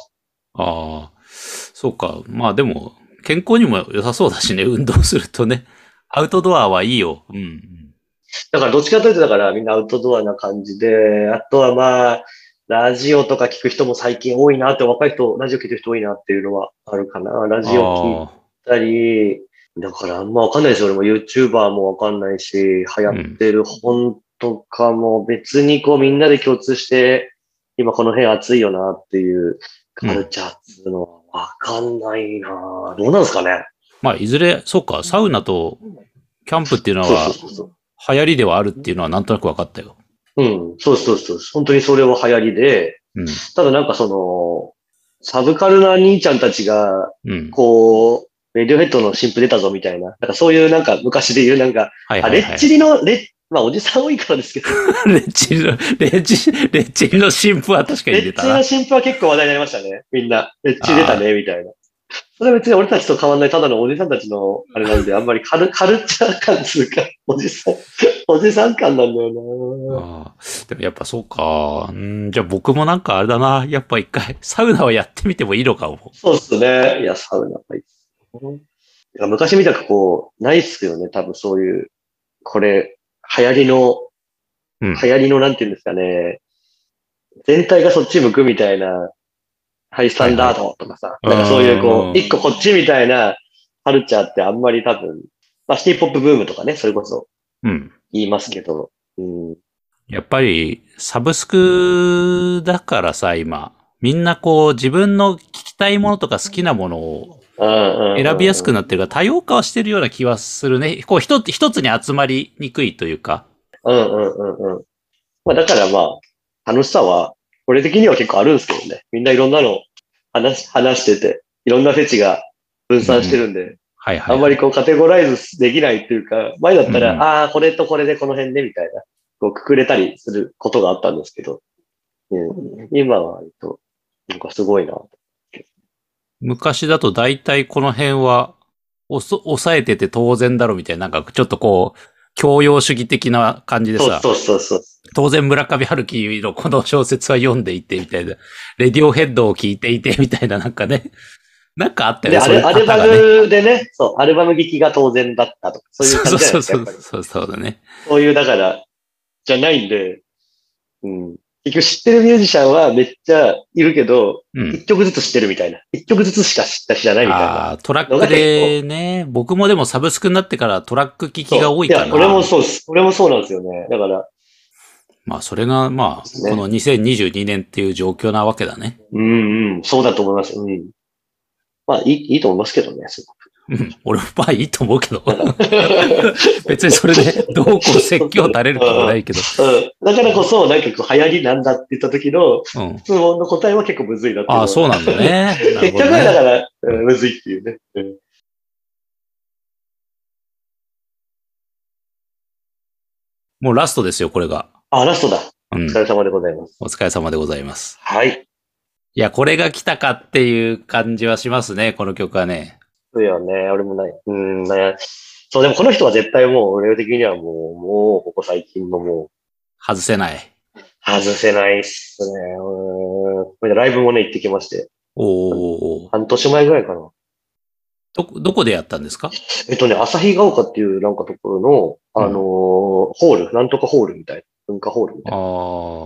Speaker 2: ああ、そうか。まあでも、健康にも良さそうだしね、 <laughs> 運動するとね。アウトドアはいいよ。うんうん。
Speaker 3: だからどっちかというと、だからみんなアウトドアな感じで、あとはまあ、ラジオとか聞く人も最近多いなって、若い人、ラジオ聞いてる人多いなっていうのはあるかな。ラジオ聞い
Speaker 2: あ
Speaker 3: ったり、だからあんまわかんないですよ。俺も YouTuber もわかんないし、流行ってる本とかも別にこうみんなで共通して、今この辺暑いよなっていうカルチャーっつうのはわかんないなどうなんですかね
Speaker 2: あ。まあ、いずれ、そうか、サウナとキャンプっていうの
Speaker 3: そう
Speaker 2: は
Speaker 3: そうそう
Speaker 2: 流行りではあるっていうのはなんとなく分かったよ。
Speaker 3: そう。うん、そうそうそう。本当にそれは流行りで、
Speaker 2: うん。
Speaker 3: ただなんかその、サブカルな兄ちゃんたちが、
Speaker 2: うん。
Speaker 3: こう、レディオヘッドの新譜出たぞみたいな。なんかそういうなんか昔で言うなんか、
Speaker 2: はい
Speaker 3: あ
Speaker 2: はい、
Speaker 3: レ
Speaker 2: は
Speaker 3: ッ
Speaker 2: い。
Speaker 3: チリの、レッまあおじさん多いからですけど、
Speaker 2: <laughs> レッチリの、レッチリ、レッチリの新婦は確かに
Speaker 3: レ
Speaker 2: 出
Speaker 3: ッ
Speaker 2: た
Speaker 3: チリの
Speaker 2: な。
Speaker 3: 新譜は結構話題になりましたね。みんな。レッチリ出たね、みたいな。それは別に俺たちと変わんない、ただのおじさんたちのあれなんで、あんまりカルカルチャー感つうか、おじさん、おじさん感なんだよ
Speaker 2: ああでもやっぱそうか。うん、じゃあ僕もなんかあれだな。やっぱ一回、サウナをやってみてもいいのかも。
Speaker 3: なそうっすね。いや、サウナはいいっすねいや昔みたくこう、ないっすよね、多分そういう、これ、流行りの、
Speaker 2: うん
Speaker 3: 流行りのなんていうんですかね、全体がそっち向くみたいな、ハイスタンダードとかさ、
Speaker 2: はいはい
Speaker 3: なんかそういうこ
Speaker 2: うん
Speaker 3: う、一個こっちみたいなカルチャーってあんまり多分、まあシティポップブームとかね、それこそ
Speaker 2: うん。
Speaker 3: 言いますけど、うん、
Speaker 2: やっぱり、サブスクだからさ、今。みんなこう、自分の聞きたいものとか好きなものを選びやすく
Speaker 3: な
Speaker 2: なってるから、多様化はしてるような気はするね。こう、一つ、一つに集まりにくいというか。
Speaker 3: うんうんうんうん。まあだからまあ、楽しさは、俺的には結構あるんですけどね。みんないろんなの話し、話してて、いろんなフェチが分散してるんで、
Speaker 2: はいはい。
Speaker 3: あんまりこうカテゴライズできないっていうか、前だったら、
Speaker 2: うん
Speaker 3: ああ、これとこれでこの辺でみたいな、こうくくれたりすることがあったんですけど、うん今は割と、なんかすごいな。
Speaker 2: 昔だと大体この辺は、おそ、抑えてて当然だろみたいな、なんかちょっとこう、教養主義的な感じで
Speaker 3: そう
Speaker 2: さ、
Speaker 3: そうそうそう。
Speaker 2: 当然村上春樹のこの小説は読んでいてみたいな、レディオヘッドを聞いていてみたいな、なんかね、なんかあったよ
Speaker 3: で、
Speaker 2: ね、
Speaker 3: ア
Speaker 2: そういう
Speaker 3: ルア
Speaker 2: 方が
Speaker 3: ルバ
Speaker 2: ね。
Speaker 3: ムでね、そう、アルバム劇が当然だったとか、そういう
Speaker 2: そ
Speaker 3: 感
Speaker 2: う
Speaker 3: じじゃない
Speaker 2: そ
Speaker 3: で
Speaker 2: う
Speaker 3: す
Speaker 2: そ
Speaker 3: かや
Speaker 2: うそう、そう
Speaker 3: っぱり。
Speaker 2: だね。
Speaker 3: そういう、だから、じゃないんで、うん。結局知ってるミュージシャンはめっちゃいるけど、
Speaker 2: うん。
Speaker 3: 一曲ずつ知ってるみたいな。一曲ずつしか知った人じゃないみたいな。
Speaker 2: ああ、トラックでね、僕もでもサブスクになってからトラック聞きが多いから
Speaker 3: や、俺もそうです。俺もそうなんですよね。だから、
Speaker 2: まあ、それが、ま
Speaker 3: です
Speaker 2: あ、こ
Speaker 3: ね
Speaker 2: の2022年っていう状況なわけだね。
Speaker 3: うんうん、そうだと思います。うん。まあ、いい、いいと思いますけどね。すごく
Speaker 2: うん、俺もまあいいと思うけど。別にそれで、どうこう説教垂れることはないけど。
Speaker 3: うん。だからこそ、なんかこう、流行りなんだって言った時
Speaker 2: う
Speaker 3: の
Speaker 2: ん。
Speaker 3: 質問の答えは結構むずいなってい
Speaker 2: ああ、そう
Speaker 3: う
Speaker 2: なんだ
Speaker 3: <laughs>
Speaker 2: ね。
Speaker 3: の
Speaker 2: なる
Speaker 3: は。
Speaker 2: ほ
Speaker 3: 結
Speaker 2: ど
Speaker 3: 局はだ
Speaker 2: ね。
Speaker 3: から、うんむずいっていうね。うん
Speaker 2: もうラストですよ、これが。
Speaker 3: あ、ラストだ。
Speaker 2: う
Speaker 3: お
Speaker 2: ん
Speaker 3: 疲。れ様でございます。
Speaker 2: お疲れ様でございます。
Speaker 3: はい。
Speaker 2: いや、これが来たかっていう感じはしますね、この曲はね。
Speaker 3: そうよね。俺もない。うん、ね。そう、でもこの人は絶対もう、俺的にはもう、もう、ここ最近のも
Speaker 2: 外せない。
Speaker 3: う、外せないっすね。うん。これでライブもね、行ってきまして。
Speaker 2: おー。
Speaker 3: 半年前ぐらいかな。
Speaker 2: どこ、どこでやったんですか
Speaker 3: えっとね、旭ヶ丘っていうなんかところの、あのーホール、なんとかホールみたいな。文化ホールみたい
Speaker 2: あ
Speaker 3: な。
Speaker 2: ー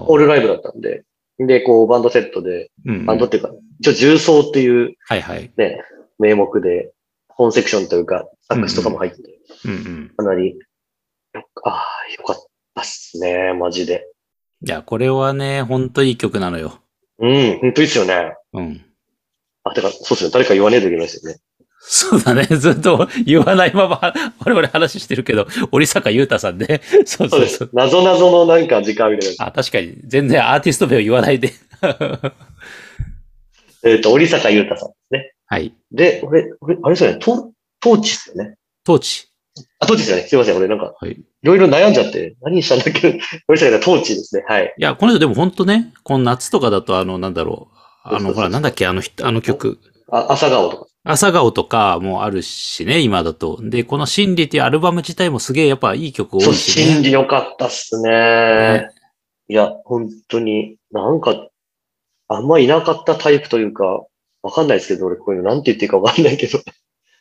Speaker 3: ホー。ルライブだったんで。で、こう、バンドセットで、
Speaker 2: うん。
Speaker 3: バンドっていうか、一応重奏っていう
Speaker 2: はいはい。
Speaker 3: ね、名目で、本セクションというか、サックスとかも入ってて。
Speaker 2: うんうん。
Speaker 3: かなり、よああ、よかったっすね、マジで。
Speaker 2: いや、これはね、ほんといい曲なのよ。
Speaker 3: うん、本当ですよね。
Speaker 2: うん。
Speaker 3: あ、てか、そうですよ。誰か言わねえといけないですよね。
Speaker 2: そうだね。 <laughs> ずっと言わないまま、我々話してるけど、折坂優太さんね。 <laughs> そう
Speaker 3: そう
Speaker 2: そう
Speaker 3: で
Speaker 2: そ
Speaker 3: す
Speaker 2: う。。
Speaker 3: <laughs> 謎々のなんか時間みたいなやつ。
Speaker 2: あ、確かに。全然アーティスト名を言わないで。
Speaker 3: えっ、と、折坂優太さんですね。
Speaker 2: <laughs> はい。
Speaker 3: で、俺、俺、あれですよね、と、トーチっすよね。
Speaker 2: トーチ。
Speaker 3: あ、トーチですよね。すいません。俺なんか、
Speaker 2: はい
Speaker 3: いろいろ悩んじゃって、何にしたんだっけ <laughs> ごめんなさい。トーチですね。はい。
Speaker 2: いや、この人でも本当ね、この夏とかだと、あの、なんだろう。あの、ほら、なんだっけ、あの人、あの曲。
Speaker 3: あ、朝顔とか。
Speaker 2: 朝顔とかもあるしね、今だと。で、この心理っていうアルバム自体もすげえやっぱいい曲多い
Speaker 3: そう、
Speaker 2: しね。
Speaker 3: 心理良かったっすね。いや、本当に、なんか、あんまいなかったタイプというか、わかんないですけど、俺こういうのなんて言っていいかわかんないけど、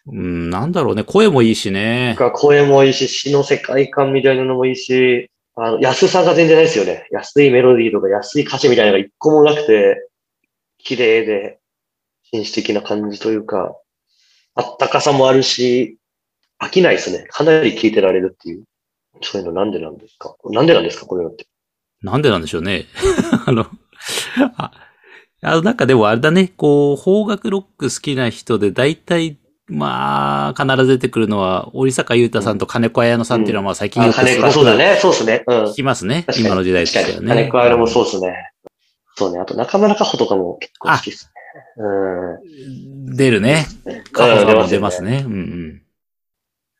Speaker 2: うん、なんだろうね、声もいいしね。
Speaker 3: なんか声もいいし、詩の世界観みたいなのもいいし、あの、安さが全然ないですよね。安いメロディーとか安い歌詞みたいなのが一個もなくて、綺麗で、紳士的な感じというか、あったかさもあるし、飽きないですね。かなり聴いてられるっていう。そういうのなんでなんですかなんでなんですかこういうのって。
Speaker 2: なんでなんでしょうね。 <laughs> あの、あ、あの、なんかでもあれだね、こう、邦楽ロック好きな人で、大体、まあ、必ず出てくるのは、折坂優太さんと金子綾乃さんっていうのはまあ最近
Speaker 3: あ
Speaker 2: よく
Speaker 3: 金子、そうだね。そうですね。うん
Speaker 2: 聞。きますね。
Speaker 3: 確かに
Speaker 2: 今の時代ですよ
Speaker 3: 確か
Speaker 2: ね。
Speaker 3: に金子あれもそうですね。そうね。あと中村佳穂とかも結構好きですね。うん。
Speaker 2: 出るね。カホさんも出ますね。うんうん。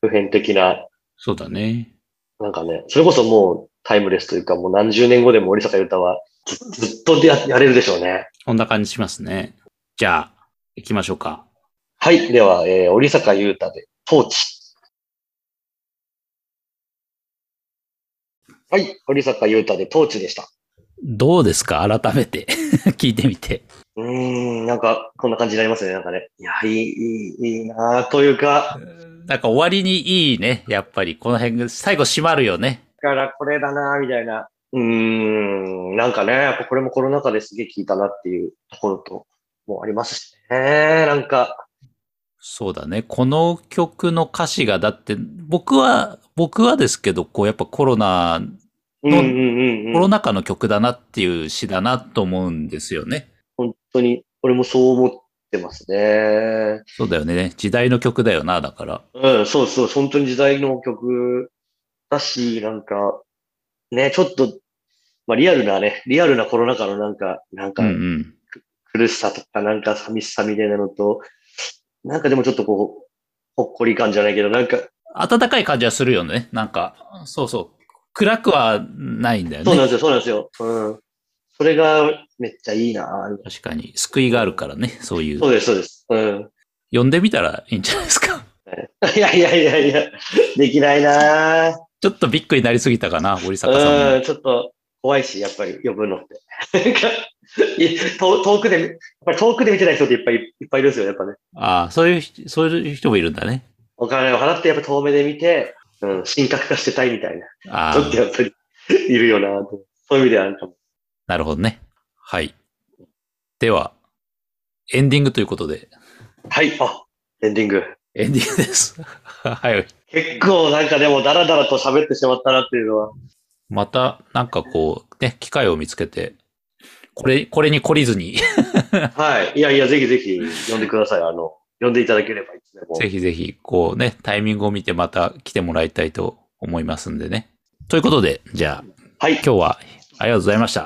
Speaker 3: 普遍的な、
Speaker 2: そうだね。
Speaker 3: なんかね、それこそもうタイムレスというか、もう何十年後でも森坂優太はずずっとややれるでしょうね。
Speaker 2: こんな感じしますね。じゃあ、行きましょうか。
Speaker 3: はい。では、えー、森坂優太で、トーチ。はい。森坂優太で、トーチでした。
Speaker 2: どうですか改めて。 <laughs> 聞いてみて。
Speaker 3: うーん、なんか、こんな感じになりますね、なんかね。いや、いい、いい、いいなぁというか、
Speaker 2: なんか終わりにいいね。やっぱり、この辺、最後締まるよね。
Speaker 3: だからこれだな、みたいな。うーん、なんかね、やっぱこれもコロナ禍ですげえ聞いたなっていうところと、もありますしね。なんか、
Speaker 2: そうだね。この曲の歌詞が、だって、僕は、僕はですけど、こう、やっぱコロナ、
Speaker 3: うんうんうんうん、
Speaker 2: コロナ禍の曲だなっていう詩だなと思うんですよね。
Speaker 3: 本当に、俺もそう思ってますね。
Speaker 2: そうだよね。時代の曲だよな、だから。
Speaker 3: うん、そうそう、本当に時代の曲だし、なんか、ね、ちょっと、まあリアルなね、リアルなコロナ禍のなんか、なん
Speaker 2: う
Speaker 3: か
Speaker 2: ん、うん。
Speaker 3: 苦しさとか、なんか寂しさみたいなのと、なんかでもちょっとこう、ほっこり感じゃないけど、なんか、
Speaker 2: 暖かい感じはするよね。なんか、そうそう。暗くはないんだよ
Speaker 3: そうなん
Speaker 2: ね。
Speaker 3: ですよ、そうなんですよ。うん。それがめっちゃいいな
Speaker 2: 確かに。救いがあるからね。そうい
Speaker 3: そう
Speaker 2: う。
Speaker 3: です、そうです。うん。 <laughs>
Speaker 2: 呼んでみたらいいんじゃないですか。
Speaker 3: いやいやいやいや、できないなぁ
Speaker 2: ちょっとビッグになりすぎたかな、森坂さん
Speaker 3: う
Speaker 2: も。
Speaker 3: ん、ちょっと怖いし、やっぱり呼ぶのって。 <laughs> なんかい遠遠くで、やっぱり遠くで見てない人っていっぱいいっぱいいるんですよ、やっぱね。
Speaker 2: ああ、そういう人、そういう人もいるんだね。
Speaker 3: お金を払って、やっぱ遠目で見て、うん、神格化してたいみたいな
Speaker 2: あ
Speaker 3: 人って
Speaker 2: あ、
Speaker 3: やっぱりいるよなぁと。そういう意味ではなんか、
Speaker 2: なるほどね。はい。では、エンディングということで、
Speaker 3: はい、あ、エンディング。
Speaker 2: エンディングです。 <laughs> はい。
Speaker 3: 結構なんかでもダラダラと喋ってしまったなっていう
Speaker 2: <laughs>
Speaker 3: のは。
Speaker 2: また、なんかこう、ね、機会を見つけて、これ、これに懲りずに、 <laughs>
Speaker 3: はい。いやいや、ぜひぜひ呼んでください。あの、呼んでいただければいつでも。
Speaker 2: ぜひぜひ、こうね、タイミングを見てまた来てもらいたいと思いますんでね。ということで、じゃあ、
Speaker 3: はい。
Speaker 2: 今日はありがとうございました。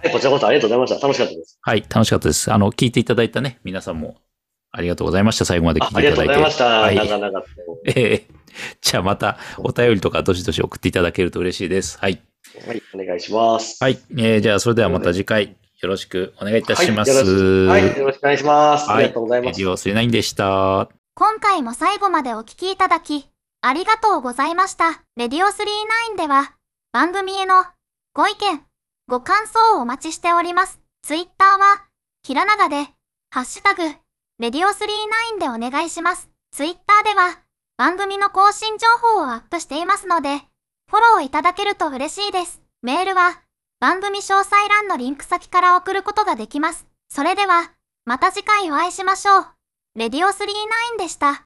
Speaker 3: はい、こちらこそありがとうございました。楽しかったです。
Speaker 2: はい、楽しかったです。あの、聞いていただいたね、皆さんもありがとうございました。最後まで
Speaker 3: あ
Speaker 2: 聞い
Speaker 3: あ
Speaker 2: て
Speaker 3: り
Speaker 2: い
Speaker 3: が
Speaker 2: た
Speaker 3: と
Speaker 2: だいて。
Speaker 3: うございました。
Speaker 2: はい
Speaker 3: 長々と。
Speaker 2: ええ <laughs> じゃあまたお便りとかどしどし送っていただけると嬉しいです。はい。
Speaker 3: はい、お願いします。
Speaker 2: はい。えーじゃあそれではまた次回よろしくお願いいたします。
Speaker 3: はいよ
Speaker 2: は
Speaker 3: ろしはい、よろしくお願いします。ありがとうござい
Speaker 2: レ
Speaker 3: ま
Speaker 2: デ
Speaker 3: す。
Speaker 2: ィオ39でした。
Speaker 1: 今回も最後までお聞きいただき、ありがとうございました。レディオ39では、番組へのご意見、ご感想をお待ちしております。ツイッターは、ひらながで、ハッシュタグ、レディオ39でお願いします。ツイッターでは、番組の更新情報をアップしていますので、フォローいただけると嬉しいです。メールは、番組詳細欄のリンク先から送ることができます。それでは、また次回お会いしましょう。レディオ39でした。